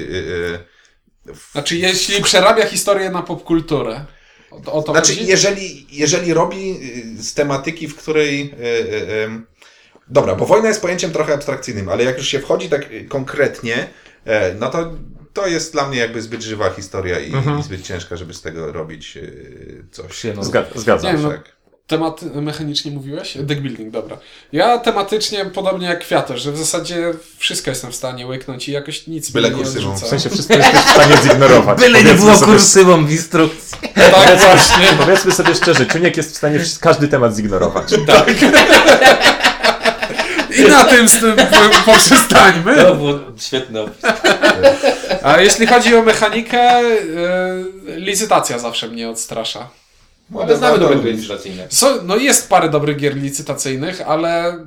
[SPEAKER 1] e, e,
[SPEAKER 3] Znaczy, jeśli przerabia historię na popkulturę, o to, o to
[SPEAKER 1] Znaczy,
[SPEAKER 3] chodzi?
[SPEAKER 1] jeżeli, jeżeli robi y, z tematyki, w której. y, y, ym, Dobra, bo wojna jest pojęciem trochę abstrakcyjnym, ale jak już się wchodzi tak y, konkretnie, e, no to to jest dla mnie jakby zbyt żywa historia i, i zbyt ciężka, żeby z tego robić y, coś.
[SPEAKER 2] Przyjemno.
[SPEAKER 4] Zgad- Zgadzam
[SPEAKER 3] Nie,
[SPEAKER 4] się.
[SPEAKER 3] no.
[SPEAKER 1] Tak.
[SPEAKER 3] Temat mechanicznie mówiłeś? Deck building, dobra. Ja tematycznie podobnie jak Kwiator, że w zasadzie wszystko jestem w stanie łyknąć i jakoś nic
[SPEAKER 1] Byle
[SPEAKER 3] mi nie
[SPEAKER 1] kursywą.
[SPEAKER 3] odrzuca.
[SPEAKER 4] W sensie wszystko jesteś w stanie zignorować.
[SPEAKER 2] Byle nie
[SPEAKER 4] Powiedzmy
[SPEAKER 2] było
[SPEAKER 4] sobie-
[SPEAKER 2] kursywą w instrukcji.
[SPEAKER 3] Tak właśnie.
[SPEAKER 4] Powiedzmy sobie szczerze, Czuniek jest w stanie wszy- każdy temat zignorować.
[SPEAKER 3] I na tym z tym po- poprzestańmy.
[SPEAKER 6] To było świetne.
[SPEAKER 3] A jeśli chodzi o mechanikę, yy, licytacja zawsze mnie odstrasza.
[SPEAKER 2] No,
[SPEAKER 6] Ale znamy dobre gry inspiracyjne.
[SPEAKER 3] So, no jest parę dobrych gier licytacyjnych, ale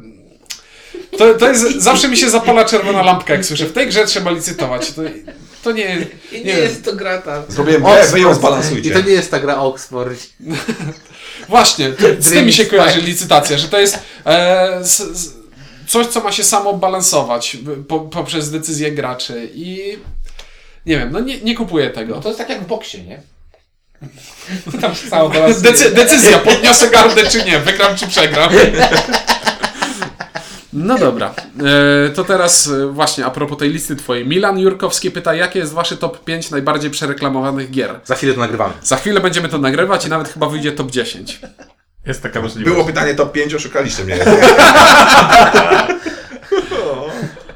[SPEAKER 3] to, to jest, zawsze mi się zapala czerwona lampka, jak słyszę. W tej grze trzeba licytować. To, to nie, nie, jest.
[SPEAKER 2] to gra ta.
[SPEAKER 1] Zrobiłem grę, wy ją zbalansujcie.
[SPEAKER 2] I to nie jest ta gra Oxford.
[SPEAKER 3] Właśnie, z tym mi się
[SPEAKER 2] Dreams,
[SPEAKER 3] kojarzy
[SPEAKER 2] tak.
[SPEAKER 3] licytacja, że to jest e, s, s, coś, co ma się samo balansować b- po, poprzez decyzje graczy i nie wiem, no nie, nie kupuję tego.
[SPEAKER 6] To jest tak jak w boksie, nie? Tam się cało
[SPEAKER 3] Decy- decyzja, podniosę gardę czy nie, wygram czy przegram. No dobra, E, to teraz e, właśnie a propos tej listy twojej. Milan Jurkowski pyta, jakie jest wasze top 5 najbardziej przereklamowanych gier?
[SPEAKER 2] Za chwilę to nagrywamy.
[SPEAKER 3] Za chwilę będziemy to nagrywać i nawet chyba wyjdzie top 10.
[SPEAKER 4] Jest taka możliwość.
[SPEAKER 1] Było pytanie top 5, oszukaliście mnie.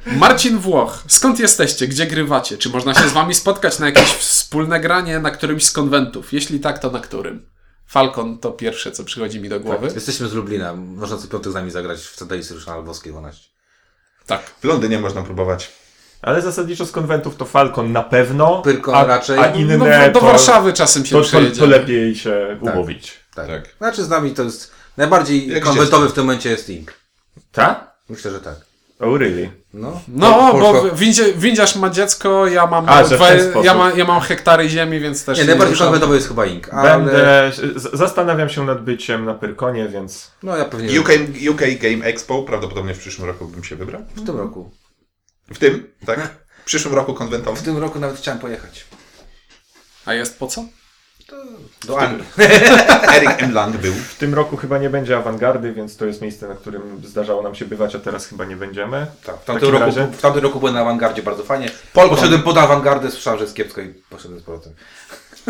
[SPEAKER 3] Marcin Włoch, skąd jesteście? Gdzie grywacie? Czy można się z wami spotkać na jakieś wspólne granie na którymś z konwentów? Jeśli tak, to na którym? Falcon to pierwsze, co przychodzi mi do
[SPEAKER 4] Tak,
[SPEAKER 3] głowy.
[SPEAKER 2] Jesteśmy z Lublina. Można co piątek z nami zagrać w Tadeusz Ryszana Lwowskiej 12.
[SPEAKER 3] Tak.
[SPEAKER 1] W Londynie można próbować.
[SPEAKER 4] Ale zasadniczo z konwentów to Falcon na pewno,
[SPEAKER 2] Pyrkon
[SPEAKER 4] a,
[SPEAKER 2] raczej.
[SPEAKER 4] a inne
[SPEAKER 3] No, do
[SPEAKER 4] to,
[SPEAKER 3] Warszawy czasem się
[SPEAKER 4] to, to, to
[SPEAKER 3] przejedziemy.
[SPEAKER 4] lepiej się umówić.
[SPEAKER 2] Tak.
[SPEAKER 1] Tak.
[SPEAKER 2] Znaczy z nami to jest najbardziej
[SPEAKER 1] Jak
[SPEAKER 2] konwentowy
[SPEAKER 1] gdzieś.
[SPEAKER 2] w tym momencie jest Ink.
[SPEAKER 4] Tak?
[SPEAKER 2] Myślę, że tak.
[SPEAKER 4] Oh really?
[SPEAKER 2] No.
[SPEAKER 3] No,
[SPEAKER 2] Polsko-
[SPEAKER 3] bo windzie, windziarz ma dziecko, ja mam,
[SPEAKER 4] A, że w ten
[SPEAKER 3] dwa-
[SPEAKER 4] sposób.
[SPEAKER 3] ja, ma, ja mam hektary ziemi, więc też
[SPEAKER 2] Nie,
[SPEAKER 3] się
[SPEAKER 2] najbardziej
[SPEAKER 3] ruszam.
[SPEAKER 2] konwentowy jest chyba Ink, ale
[SPEAKER 4] Będę, z- zastanawiam się nad byciem na Pyrkonie, więc
[SPEAKER 2] no ja pewnie
[SPEAKER 1] UK, UK Game Expo, prawdopodobnie w przyszłym roku bym się wybrał.
[SPEAKER 2] w tym roku.
[SPEAKER 1] W tym, tak? W przyszłym roku konwentowy.
[SPEAKER 2] W tym roku nawet chciałem pojechać.
[SPEAKER 3] A jest po co?
[SPEAKER 2] Do Anglii.
[SPEAKER 1] Eric M. Lang był.
[SPEAKER 4] w tym roku chyba nie będzie awangardy, więc to jest miejsce, na którym zdarzało nam się bywać, a teraz chyba nie będziemy.
[SPEAKER 2] Tak, w,
[SPEAKER 4] takim
[SPEAKER 2] tamtym roku,
[SPEAKER 4] razie-
[SPEAKER 2] w tamtym roku byłem na awangardzie bardzo fajnie. Poszedłem pod awangardę, słyszałem, że jest kiepsko i poszedłem z powrotem.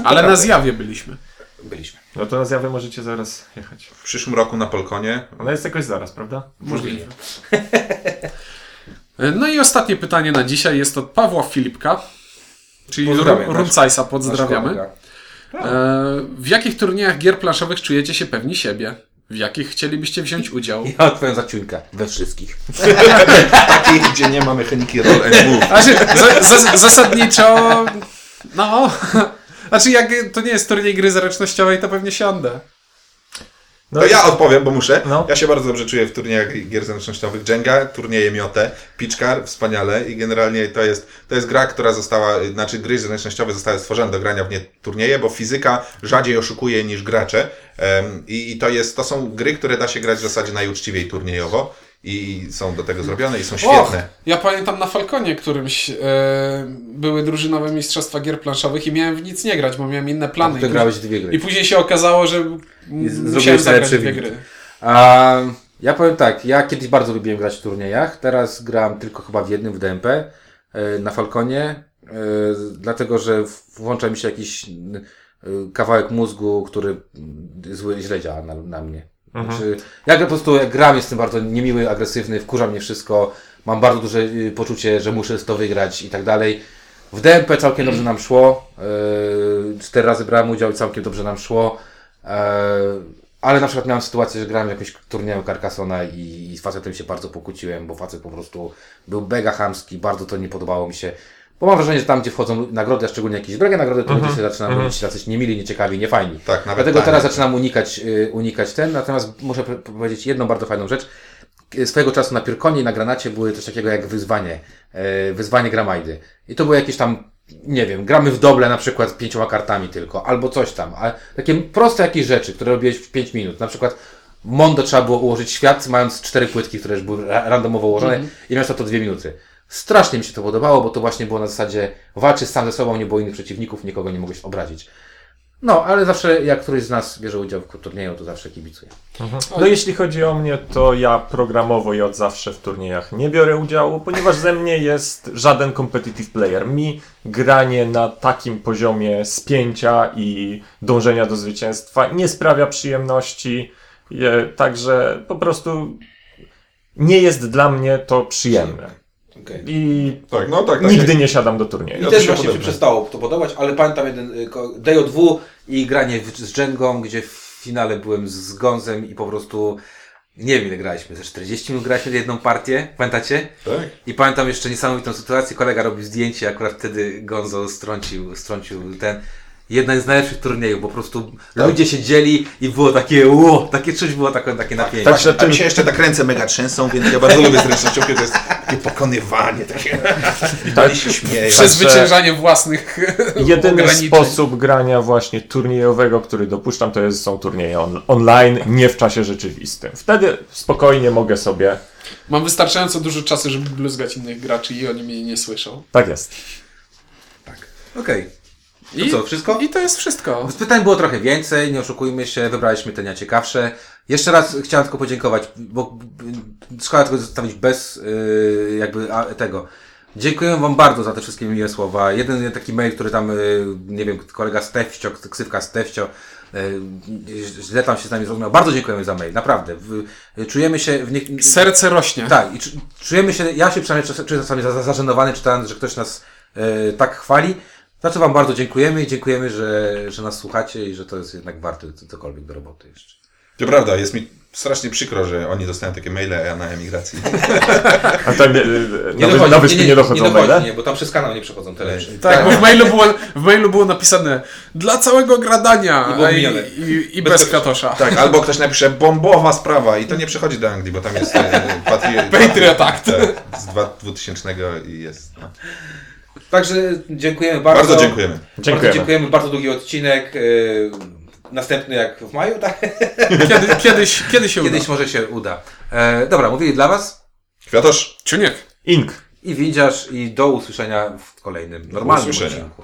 [SPEAKER 3] Ale na zjawie byliśmy.
[SPEAKER 2] Byliśmy.
[SPEAKER 4] No to na zjawę możecie zaraz jechać.
[SPEAKER 1] W przyszłym roku na Polkonie.
[SPEAKER 4] Ona jest jakoś zaraz, prawda?
[SPEAKER 3] Możliwe. No i ostatnie pytanie na dzisiaj jest od Pawła Filipka, czyli
[SPEAKER 2] Pozdrawiam, tak.
[SPEAKER 3] Ru-
[SPEAKER 2] nasz-
[SPEAKER 3] Rumcajsa,
[SPEAKER 2] Nasz
[SPEAKER 3] pozdrawiamy.
[SPEAKER 2] kolega.
[SPEAKER 3] E, w jakich turniejach gier planszowych czujecie się pewni siebie? W jakich chcielibyście wziąć udział?
[SPEAKER 2] Ja odpowiem za ciuńkę. We wszystkich.
[SPEAKER 1] Takiej, gdzie nie ma mechaniki roll and move.
[SPEAKER 3] Znaczy, za, za, zasadniczo. No. Znaczy, jak to nie jest turniej gry zręcznościowej, to pewnie siądę.
[SPEAKER 4] No
[SPEAKER 1] To ja odpowiem, bo muszę.
[SPEAKER 4] No.
[SPEAKER 1] Ja się bardzo dobrze czuję w turniejach gier zręcznościowych. Jenga, turnieje Miotę, Pitchcar, wspaniale i generalnie to jest, to jest gra, która została, y, znaczy gry zręcznościowe zostały stworzone do grania w nie turnieje, bo fizyka rzadziej oszukuje niż gracze Em, i, i to jest, to są gry, które da się grać w zasadzie najuczciwiej turniejowo i są do tego zrobione i są
[SPEAKER 3] Och,
[SPEAKER 1] świetne.
[SPEAKER 3] ja pamiętam na Falconie którymś e, były drużynowe mistrzostwa gier planszowych i miałem w nic nie grać, bo miałem inne plany.
[SPEAKER 2] Ty
[SPEAKER 3] I-
[SPEAKER 2] grałeś dwie gry.
[SPEAKER 3] I później się okazało, że m-
[SPEAKER 2] z-
[SPEAKER 3] musiałem
[SPEAKER 2] zrobiłeś
[SPEAKER 3] zagrać
[SPEAKER 2] lepszy
[SPEAKER 3] dwie
[SPEAKER 2] wynik.
[SPEAKER 3] gry.
[SPEAKER 2] A, ja powiem tak, ja kiedyś bardzo lubiłem grać w turniejach, teraz gram tylko chyba w jednym w DMP, e, na Falconie, e, dlatego że w- włącza mi się jakiś n- e, kawałek mózgu, który mm, zły, źle działa na, na mnie. Znaczy, ja po prostu jak gram, jestem bardzo niemiły, agresywny, wkurza mnie wszystko, mam bardzo duże y, poczucie, że muszę to wygrać i tak dalej. W DMP całkiem dobrze nam szło, yy, cztery razy brałem udział i całkiem dobrze nam szło, yy, ale na przykład miałem sytuację, że grałem w jakimś turnieju Carcassona i, i z facetem się bardzo pokłóciłem, bo facet po prostu był mega chamski, bardzo to nie podobało mi się. Bo mam wrażenie, że tam, gdzie wchodzą nagrody, a szczególnie jakieś drogie nagrody, to ludzie się zaczynają robić tacy niemili, nieciekawi, niefajni.
[SPEAKER 1] Tak, nawet
[SPEAKER 2] Dlatego
[SPEAKER 1] tak.
[SPEAKER 2] teraz zaczynam unikać, y, unikać ten, natomiast muszę p- powiedzieć jedną bardzo fajną rzecz. K- Swojego czasu na Pirkonie i na Granacie były coś takiego jak wyzwanie, e, wyzwanie Gramajdy. I to było jakieś tam, nie wiem, gramy w doble na przykład z pięcioma kartami tylko, albo coś tam, ale takie proste jakieś rzeczy, które robiłeś w pięć minut. Na przykład Mondo trzeba było ułożyć świat, mając cztery płytki, które już były ra- randomowo ułożone i miałeś na to dwie minuty. Strasznie mi się to podobało, bo to właśnie było na zasadzie walczysz sam ze sobą, nie było innych przeciwników, nikogo nie mogłeś obrazić. No, ale zawsze jak któryś z nas bierze udział w turnieju, to zawsze kibicuje.
[SPEAKER 4] No jeśli chodzi o mnie, to ja programowo i od zawsze w turniejach nie biorę udziału, ponieważ ze mnie jest żaden competitive player. Mi granie na takim poziomie spięcia i dążenia do zwycięstwa nie sprawia przyjemności, je, także po prostu nie jest dla mnie to przyjemne.
[SPEAKER 7] Okej.
[SPEAKER 4] I
[SPEAKER 1] Tak, no tak, tak.
[SPEAKER 4] nigdy nie siadam do turnieju.
[SPEAKER 7] Mi
[SPEAKER 1] Ja to
[SPEAKER 7] też
[SPEAKER 1] się
[SPEAKER 7] właśnie się
[SPEAKER 1] podobne.
[SPEAKER 7] przestało to podobać, ale pamiętam jeden y, ko- DO2 i granie w- z Dżengą, gdzie w finale byłem z Gonzem i po prostu nie wiem ile graliśmy, ze 40 minut graliśmy jedną partię, pamiętacie?
[SPEAKER 1] Tak.
[SPEAKER 7] I pamiętam jeszcze niesamowitą sytuację, kolega robił zdjęcie, akurat wtedy Gonzo strącił, strącił ten. Jeden z najlepszych turniejów, bo po prostu ludzie siedzieli i było takie ło, takie czuć było takie, takie napięcie.
[SPEAKER 4] Także
[SPEAKER 1] A
[SPEAKER 4] tym
[SPEAKER 1] mi się jeszcze tak ręce mega trzęsą, więc ja bardzo lubię zręcznością, to jest takie pokonywanie, takie... I dalej się śmieją.
[SPEAKER 3] Przezwyciężanie własnych
[SPEAKER 4] Jedyny
[SPEAKER 3] ograniczeń.
[SPEAKER 4] sposób grania właśnie turniejowego, który dopuszczam, to jest, są turnieje on, online, nie w czasie rzeczywistym. Wtedy spokojnie mogę sobie.
[SPEAKER 3] Mam wystarczająco dużo czasu, żeby bluzgać innych graczy i oni mnie nie słyszą.
[SPEAKER 4] Tak jest.
[SPEAKER 7] Okej.
[SPEAKER 3] I
[SPEAKER 7] co, wszystko?
[SPEAKER 3] I to jest wszystko.
[SPEAKER 2] Z pytań było trochę więcej, nie oszukujmy się, wybraliśmy te najciekawsze. Jeszcze raz chciałem tylko podziękować, bo y, szkoda tylko zostawić bez y, jakby a, tego. Dziękuję Wam bardzo za te wszystkie miłe słowa. Jeden taki mail, który tam, y, nie wiem, kolega Stefcio, ksywka Stefcio, y, źle tam się z nami zrozumiał. Bardzo dziękujemy za mail, naprawdę. W, y, czujemy się w nich...
[SPEAKER 3] Serce rośnie.
[SPEAKER 2] Tak, i czu- czujemy się, ja się przynajmniej czas- czuję czasami za- za- zażenowany, czytając, że ktoś nas e, tak chwali. Za co Wam bardzo dziękujemy i dziękujemy, że, że nas słuchacie i że to jest jednak warte c- cokolwiek do roboty jeszcze.
[SPEAKER 1] To prawda, jest mi strasznie przykro, że oni dostają takie maile, a ja na emigracji.
[SPEAKER 4] A tak, e, na, wy, na wyspie nie, dochodzą
[SPEAKER 2] nie, dochodzi,
[SPEAKER 4] maile?
[SPEAKER 2] nie, bo tam przez kanał nie przechodzą te rzeczy.
[SPEAKER 3] Tak, bo w mailu, było, w mailu było napisane dla całego gradania
[SPEAKER 2] I było
[SPEAKER 3] a i,
[SPEAKER 2] minione.
[SPEAKER 3] i, i bez katosza.
[SPEAKER 1] Tak, albo ktoś napisze bombowa sprawa i to nie przechodzi do Anglii, bo tam jest e, patri-
[SPEAKER 3] Patriot Act.
[SPEAKER 1] Tak, z dwa- 2000 i jest. No.
[SPEAKER 2] Także dziękujemy bardzo.
[SPEAKER 1] Bardzo dziękujemy.
[SPEAKER 2] Bardzo
[SPEAKER 4] Dziękujemy.
[SPEAKER 2] dziękujemy, bardzo długi odcinek. y, następny jak w maju, tak?
[SPEAKER 3] Kiedy, kiedyś, kiedy się
[SPEAKER 2] Kiedyś
[SPEAKER 3] uda.
[SPEAKER 2] może się uda. E, dobra, mówili dla Was
[SPEAKER 1] Kwiatosz.
[SPEAKER 3] Czy nie?
[SPEAKER 4] Ink.
[SPEAKER 2] i windziarz i do usłyszenia w kolejnym normalnym
[SPEAKER 1] usłyszenia.
[SPEAKER 2] odcinku.